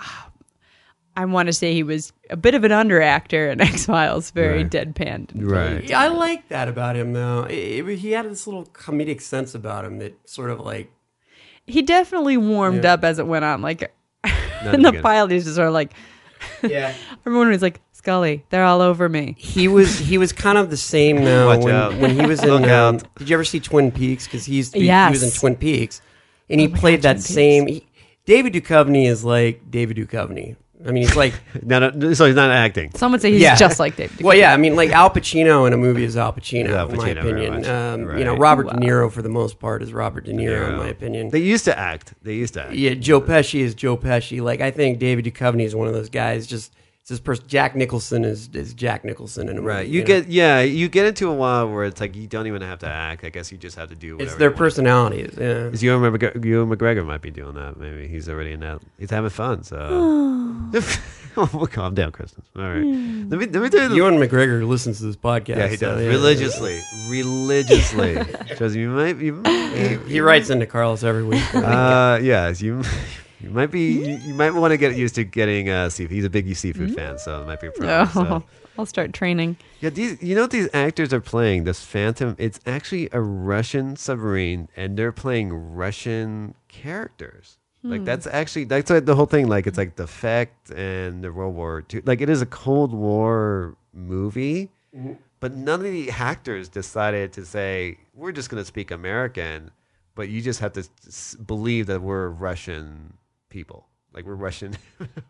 S3: I want to say he was a bit of an underactor in X Files, very
S1: Right.
S3: deadpan.
S1: Right.
S2: Yeah, I like that about him though. It- it- he had this little comedic sense about him that sort of like
S3: He definitely warmed up as it went on. Like in
S1: Nothing
S3: the
S1: against-
S3: pilot, he's just sort of like
S2: yeah.
S3: everyone was like Scully, they're all over me.
S2: He was he was kind of the same though
S1: Watch
S2: when,
S1: out.
S2: when he was
S1: Look
S2: in. Um,
S1: out.
S2: did you ever see Twin Peaks? Because he's he, he was in
S3: Yes. Oh
S2: Twin Peaks, and he
S3: my
S2: played
S3: God, Twin
S2: that
S3: Peaks.
S2: same. He, David Duchovny is like David Duchovny. I mean, he's like
S1: No, no, so he's not acting.
S3: Some would say he's
S2: Yeah.
S3: just like David. Duchovny.
S2: well, yeah. I mean, like Al Pacino in a movie is Al Pacino,
S1: Yeah, Al
S2: in my
S1: Pacino, very
S2: opinion.
S1: much.
S2: Um, You know,
S1: Right.
S2: Robert De Niro for the most part is Robert De Niro, in my opinion.
S1: They used to act. They used to act.
S2: yeah, Joe Pesci is Joe Pesci. Like I think David Duchovny is one of those guys. Just it's this person. Jack Nicholson is is Jack Nicholson in a movie.
S1: Right. You
S2: know?
S1: get yeah. You get into a while where it's like you don't even have to act. I guess you just have to do. Whatever
S2: it's their
S1: you want.
S2: personalities. Yeah.
S1: Is Ewan McGregor, Ewan McGregor might be doing that. Maybe he's already in that. He's having fun. So well, calm down, Kristen. All right.
S2: Hmm.
S1: Let me let me tell you. the-
S2: Ewan McGregor listens to this podcast.
S1: Yeah, he
S2: so,
S1: does religiously, religiously. Joseph, you might you,
S2: He,
S1: you,
S2: he writes into Carlos every week.
S1: Uh, yes, you you might be you, you might want to get used to getting uh, seafood. He's a big seafood fan, so it might be a problem.
S3: Oh,
S1: so.
S3: I'll start training.
S1: Yeah, these you know what these actors are playing this Phantom. It's actually a Russian submarine, and they're playing Russian characters. Like
S12: Hmm.
S1: that's actually that's like the whole thing. Like it's like the fact and the World War II. Like it is a Cold War movie,
S3: Mm-hmm.
S1: but none of the actors decided to say we're just going to speak American. But you just have to s- believe that we're Russian people. Like we're Russian,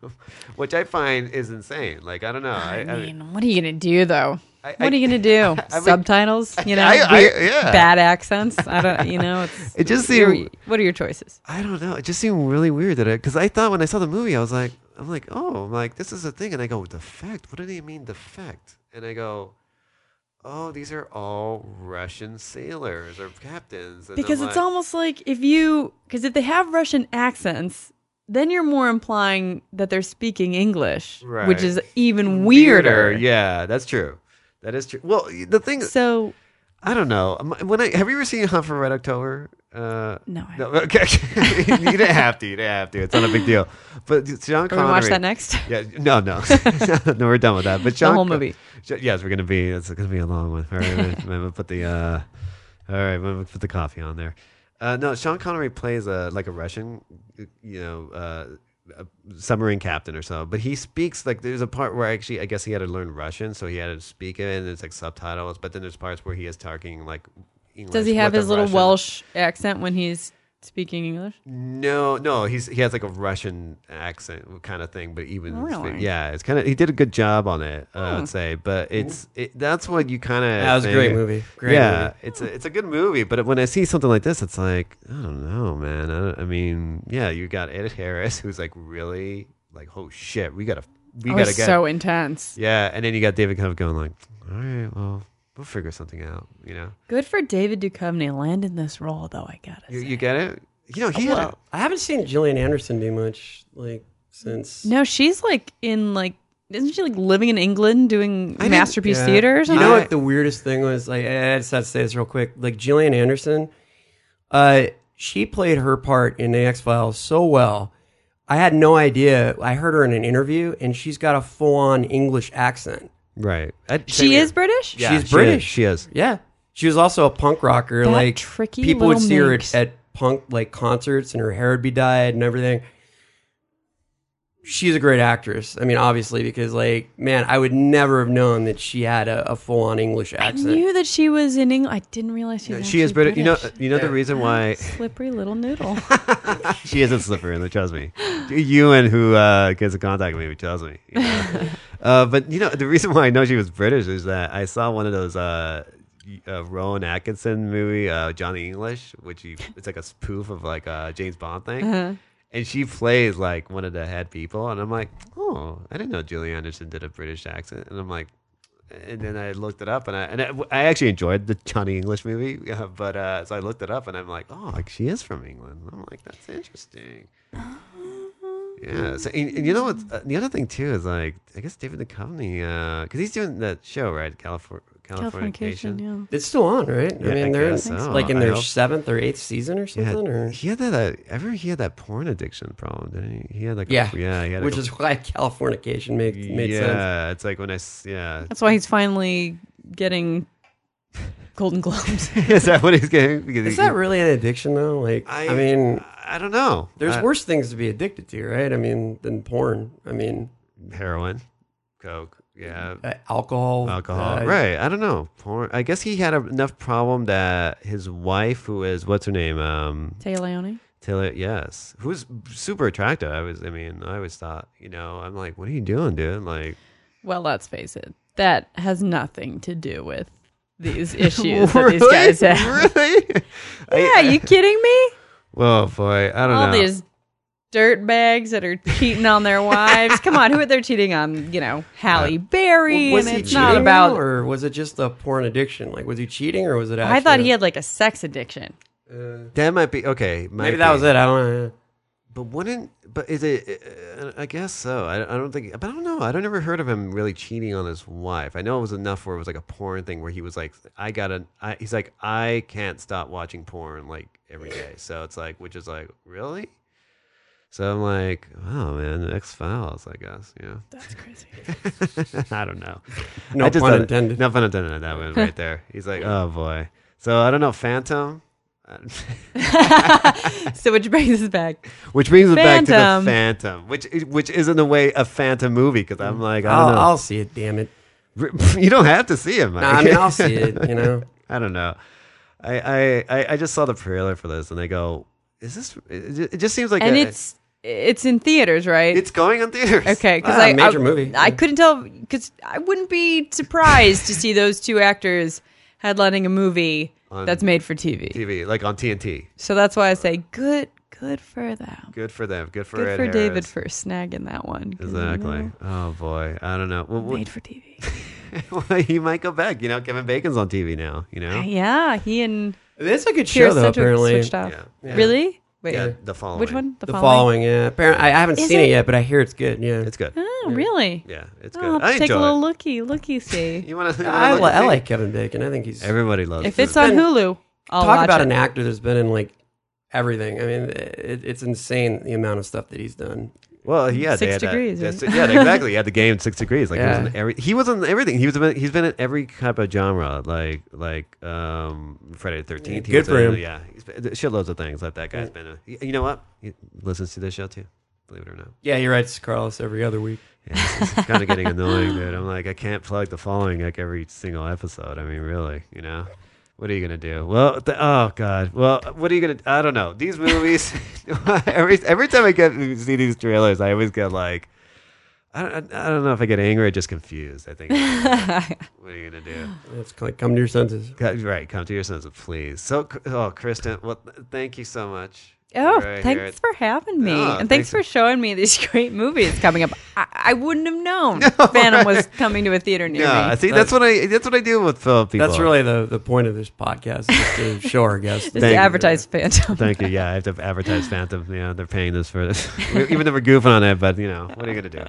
S1: which I find is insane. Like I don't know.
S3: I
S1: I
S3: mean, what are you gonna do though?
S1: I-
S3: what are you gonna do?
S1: I mean-
S3: Subtitles? You know,
S1: I- I-
S3: weird-
S1: yeah.
S3: bad accents. I don't. You know, it's
S1: It just
S3: you're-
S1: seemed-
S3: What are your choices?
S1: I don't know. It just seemed really weird that I, because I thought when I saw the movie, I was like, I'm like, oh, I'm like, this is a thing. And I go, defect? What do they mean, defect? And I go, oh, these are all Russian sailors or captains. And I'm
S3: Because it's
S1: like-
S3: almost like if you, because if they have Russian accents, then you're more implying that they're speaking English,
S1: Right.
S3: which is even weirder.
S1: Yeah, that's true. That is true. Well, the thing
S3: So
S1: I don't know. Um, When I have you ever seen Hunt for Red October? Uh,
S3: no,
S1: no. Okay, you didn't have to. You didn't have to. It's not a big deal. But Sean
S3: Can
S1: Connery.
S3: we watch that next?
S1: Yeah. No. No. no. We're done with that. But
S3: The
S1: Sean.
S3: whole
S1: Con-
S3: movie.
S1: Sh- Yes, we're gonna be. It's gonna be a long one. All right. I'm gonna- I'm gonna put the. Uh, all right. I'm gonna put the coffee on there. Uh, no, Sean Connery plays a like a Russian, you know, uh, a submarine captain or so. But he speaks like there's a part where actually I guess he had to learn Russian, so he had to speak it, and it's like subtitles. But then there's parts where he is talking like. English
S3: does he have
S1: with a
S3: his little
S1: Russian-
S3: Welsh accent when he's speaking English?
S1: no, no, he's he has like a Russian accent kind of thing, but even
S3: Really?
S1: yeah, it's kind of he did a good job on it, I
S3: Hmm.
S1: would say. But it's it, that's what you kind of
S2: That was a great movie. Great
S1: yeah,
S2: movie.
S1: it's a it's a good movie, but when I see something like this, it's like I don't know, man. I, don't- I mean, yeah, you got Ed Harris, who's like really like, oh shit, we gotta we
S3: Oh,
S1: gotta
S3: it's
S1: get
S3: so intense.
S1: Yeah, and then you got David Cove going like, all right, well, we'll figure something out, you know.
S3: Good for David Duchovny landing this role, though. I got it.
S1: You, you get it? You know, he had a-
S2: Well, I haven't seen Gillian Anderson do much like since.
S3: No, she's like in like isn't she like living in England doing
S2: I didn't-
S3: masterpiece
S2: Yeah.
S3: theater or
S2: You
S3: something?
S2: know what the weirdest thing was? Like, I I just have to say this real quick. Like Gillian Anderson, uh, she played her part in the X Files so well. I had no idea. I heard her in an interview, and she's got a full-on English accent.
S1: right. I'd say
S3: she
S1: we-
S3: is British.
S1: Yeah, she
S2: she's
S1: is.
S2: British.
S1: She is.
S2: Yeah, she was also a punk rocker.
S3: That
S2: like
S3: tricky
S2: people would
S3: little
S2: see her
S3: minx.
S2: at, at punk like concerts, and her hair would be dyed and everything. She's a great actress. I mean, obviously, because like man, I would never have known that she had a, a full on English
S3: I
S2: accent.
S3: knew that she was in England. I didn't realize she was.
S1: she is
S3: actually
S1: British. You know, you know the
S2: Yeah.
S1: reason why
S3: Slippery little noodle.
S1: she isn't slippery, and trust me. Ewan, who uh, gets in contact with me, tells me. you know. uh, but you know, the reason why I know she was British is that I saw one of those uh, y- uh, Rowan Atkinson movie, uh, Johnny English, which you, it's like a spoof of like a James Bond thing.
S3: Uh-huh.
S1: And she plays like one of the head people, and I'm like, oh, I didn't know Julie Anderson did a British accent, and I'm like. And then I looked it up, and I and I, I actually enjoyed the Johnny English movie. Uh, but uh, so I looked it up, and I'm like, oh, like she is from England. I'm like, that's interesting. Yeah. So and, and you know what? Uh, the other thing too is like I guess David Duchovny, because he's doing that show right, California Californication.
S3: Californication, yeah.
S2: It's still on, right?
S1: Yeah, Oh,
S2: I mean,
S1: I
S2: they're in,
S1: guess so.
S2: like in
S1: I
S2: their
S1: hope-
S2: seventh or eighth season or
S1: He had,
S2: something. or
S1: he had that. uh, Ever he had that porn addiction problem? Didn't he? He had like a-
S2: yeah,
S1: yeah. He had
S2: which
S1: like
S2: is why Californication makes
S1: a,
S2: made
S1: yeah.
S2: sense.
S1: It's like when I s- yeah.
S3: That's why he's finally getting Golden Globes.
S1: is that what he's getting? Because
S2: Is
S1: he-
S2: that really an addiction though? Like, I, mean,
S1: I don't know.
S2: There's
S1: I-
S2: worse things to be addicted to, right? I mean, than porn. I mean,
S1: heroin, coke, yeah,
S2: uh, alcohol,
S1: alcohol.
S2: uh,
S1: right. I don't know. Porn. I guess he had a, enough problem that his wife, who is what's her name, um,
S3: Taya Leone.
S1: Taylor, yes, who's super attractive. I was. I mean, I always thought, you know, I'm like, what are you doing, dude? Like,
S3: Well, let's face it. That has nothing to do with these issues that these guys have.
S1: Really?
S3: Yeah, you kidding me?
S1: Well, boy, I don't
S3: all
S1: know.
S3: these dirt bags that are cheating on their wives. Come on, who they're cheating on? You know, Halle Berry,
S2: Was
S3: and
S2: he
S3: it's not
S2: cheating,
S3: about.
S2: or was it just a porn addiction? Like, was he cheating, or was it? Actually uh,
S3: I thought he had like a sex addiction.
S1: that might be okay. might
S2: maybe that
S1: be.
S2: was it. I don't know.
S1: But wouldn't? But is it? uh, I guess so. I, I don't think. But I don't know. I don't ever heard of him really cheating on his wife. I know it was enough where it was like a porn thing where he was like, I gotta. I, he's like, I can't stop watching porn like every day. So it's like, which is like, really? So I'm like, oh man, X Files, I guess. Yeah.
S3: That's crazy.
S1: I don't know.
S2: No
S1: I just
S2: pun
S1: thought-
S2: intended.
S1: No pun intended. on That one right there. He's like, oh boy. So I don't know, Phantom.
S3: so which brings us back.
S1: Which brings us back to the
S3: Phantom.
S1: Phantom, which is- which isn't a way a Phantom movie because I'm like I don't
S2: I'll-
S1: know.
S2: I'll see it, damn it.
S1: You don't have to see it, Mike.
S2: Nah, I mean, I'll see it, you know.
S1: I don't know. I, I I I just saw the trailer for this and I go, is this? It ju- it just seems like
S3: and
S1: a-
S3: it's it's in theaters, right? It's
S1: going in theaters.
S3: Okay, because
S1: Ah,
S3: I
S1: major
S3: I-
S1: movie.
S3: I couldn't tell because I wouldn't be surprised to see those two actors headlining a movie
S1: on
S3: that's made for TV.
S1: TV like on TNT.
S3: So that's why I say good, good for them.
S1: Good for them. Good for
S3: Good
S1: Ed
S3: for David
S1: Harris.
S3: for snagging that one. 'cause, you
S1: Exactly.
S3: know,
S1: Oh boy, I don't know. Well, well-
S3: Made for TV.
S1: well, he might go back. You know, Kevin Bacon's on TV now. You know,
S3: Yeah, he and
S2: That's a good
S3: Kira
S2: show, though,
S3: Sedgwick
S2: apparently.
S3: switched off.
S2: Yeah. Yeah.
S3: Really? Wait,
S1: Yeah, The Following.
S3: Which one?
S2: The, following. yeah. Apparently, I I haven't
S3: Is
S2: seen it?
S3: it?
S2: yet, but I hear it's good. Yeah, it's
S1: good.
S3: Oh, really?
S1: Yeah, it's
S3: I'll
S1: good.
S3: have to
S1: I
S3: Oh, take a
S1: enjoy
S3: little
S1: it.
S3: looky, looky, see.
S1: you want to?
S2: I, li- I like Kevin Bacon. I think he's
S1: Everybody loves.
S3: If it's on
S2: Been-
S3: Hulu, I'll
S2: talk
S3: watch
S2: about
S3: it.
S2: an actor that's been in like everything. I mean, it, it's insane the amount of stuff that he's done.
S1: Well, yeah, they
S2: Six
S1: had that-
S2: Degrees,
S1: that's-
S2: right?
S1: yeah, exactly. He had the game Six Degrees. Like he
S2: Yeah.
S1: was in every, he was in everything. He was in, he's been in every type of genre, like like um, Friday the Thirteenth.
S2: Good for him.
S1: Yeah, he's been, shitloads of things that that guy's been. In. You- You know what? He listens to this show too. Believe it or not.
S2: Yeah, he writes Carlos every other week.
S1: It's kind of getting annoying, dude. I'm like, I can't plug the following like every single episode. I mean, really, you know, what are you gonna do? Well, th- oh god. Well, what are you gonna? I don't know. These movies. every every time I get see these trailers, I always get like, I don't, I don't know if I get angry or just confused. I think. what are you gonna do?
S2: It's like come to your senses.
S1: Co- Right, come to your senses, please. So, oh, Kristen, well, th- thank you so much.
S3: Oh,
S1: You're right here.
S3: thanks for having me.
S1: No,
S3: and
S1: thanks
S3: thanks for showing me these great movies coming up. I, I wouldn't have known Phantom was coming to a theater near
S1: Yeah,
S3: me.
S1: I think that's what I that's what I do with film people.
S2: That's really the, the point of this podcast is to show our guests.
S3: Just Thank- advertise Phantom.
S1: Thank you. Yeah, I have to advertise Phantom. Yeah, they're paying us for this. Even though we're goofing on it, but you know, what are you gonna do?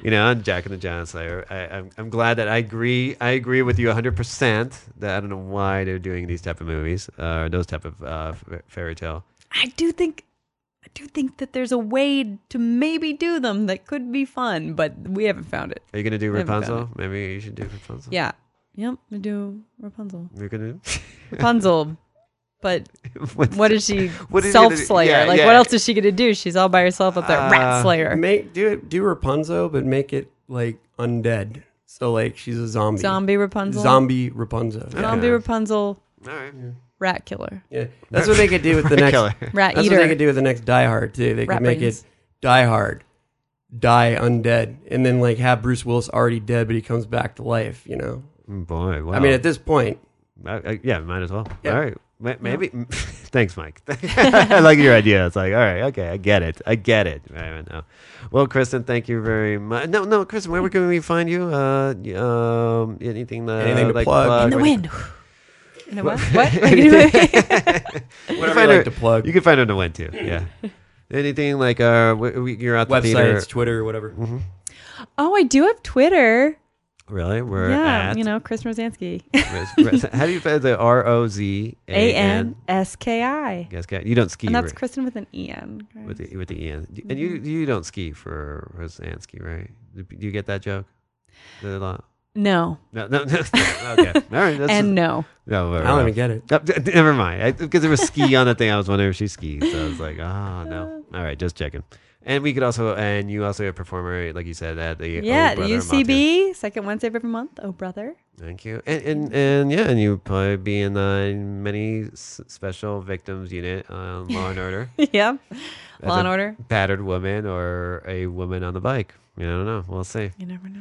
S1: You know, I'm Jack and the Giant Slayer. I, I'm, I'm glad that I agree. I agree with you 100. percent That I don't know why they're doing these type of movies uh, or those type of uh, f- fairy tale.
S3: I do think I do think that there's a way to maybe do them that could be fun, but we haven't found it.
S1: Are you gonna do
S3: I haven't found
S1: Rapunzel? Maybe you should do Rapunzel.
S3: it. Yeah. Yep, we do Rapunzel.
S1: You're gonna.
S3: Rapunzel. But
S1: What's-
S3: what is she?
S1: what is she gonna
S3: Self
S1: do?
S3: slayer.
S1: Yeah,
S3: like,
S1: yeah.
S3: what else is she going to do? She's all by herself up there. Rat
S2: Uh,
S3: slayer.
S2: Make do it do Rapunzel, but make it like undead. So like she's a zombie.
S3: Zombie Rapunzel?
S2: Zombie Rapunzel. yeah.
S3: Zombie Rapunzel.
S1: All right.
S3: Rat killer.
S2: Yeah, that's what they could do with the
S1: Rat
S2: next
S1: killer.
S3: Rat
S2: That's what
S3: eater.
S2: they could do with the next Die Hard too. They
S3: Rat
S2: could make
S3: brains.
S2: it Die Hard, Die Undead, and then like have Bruce Willis already dead, but he comes back to life. You know.
S1: Boy, wow.
S2: I mean, at this point,
S1: I, I, yeah, might as well.
S2: Yeah.
S1: All right. Ma- Maybe. Thanks, Mike. I like your idea. It's like, all right, okay, I get it. I get it. All right, now. Well, Kristen, thank you very much. No, no, Kristen, where can we find you? Uh, y- um, anything, uh,
S2: Anything to
S1: like
S2: plug.
S3: In the
S1: or-
S3: wind. In the what? What?
S1: You
S2: Whatever
S1: can find
S2: you
S1: her,
S2: like to plug.
S1: You can find her in the wind too. Yeah. anything like uh, we, we, you're out the theater. Mm-hmm.
S2: websites, Twitter, whatever.
S3: Oh, I do have Twitter.
S1: Really? We're
S3: yeah,
S1: at.
S3: you know, Chris Rosansky.
S1: How do you find the R O Z
S3: A
S1: A
S3: N
S1: N?
S3: S K I.
S1: Yes, guy. You don't ski.
S3: And that's
S1: right?
S3: Kristen with an E N. guys.
S1: with the with the Ian. D- And you
S3: Mm-hmm.
S1: you don't ski for Rosansky, right? Do p- do you get that joke? The lo-
S3: No.
S1: No, no, no. Okay, all right. That's
S3: And no.
S1: no, Oh,
S2: I don't even get it.
S1: Never mind. Because there was ski on the thing, I was wondering if she skis. So I was like, ah, no. All right, just checking. And we could also, and you also are a performer, like you said, at the
S3: yeah,
S1: Oh
S3: the
S1: Brother Monte.
S3: UCB, second Wednesday of every month. Oh, brother.
S1: Thank you. And,
S3: Mm-hmm.
S1: and and yeah, and you probably be in uh, many s- special victims unit on Law and Order.
S3: yep.
S1: as
S3: Law and
S1: a
S3: Order.
S1: Battered woman or a woman on the bike. You know, I don't know. We'll see.
S3: You never know.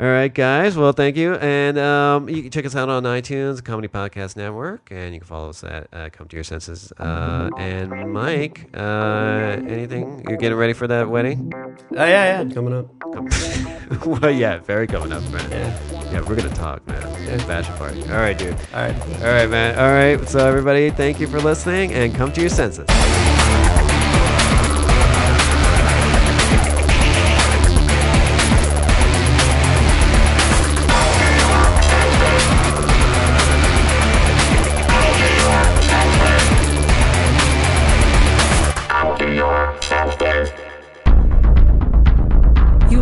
S1: All right, guys. Well, thank you. And um, you can check us out on iTunes, Comedy Podcast Network, and you can follow us at uh, Come to Your Senses. Uh, and Mike, uh, anything? You're getting ready for that wedding?
S2: Oh yeah, yeah, coming up.
S1: well, yeah, very coming up, man. Yeah, we're going to talk, man. Yeah. Bachelor party. All right, dude.
S2: All right.
S1: All right, man. All right. So, everybody, thank you for listening and come to your senses.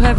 S9: have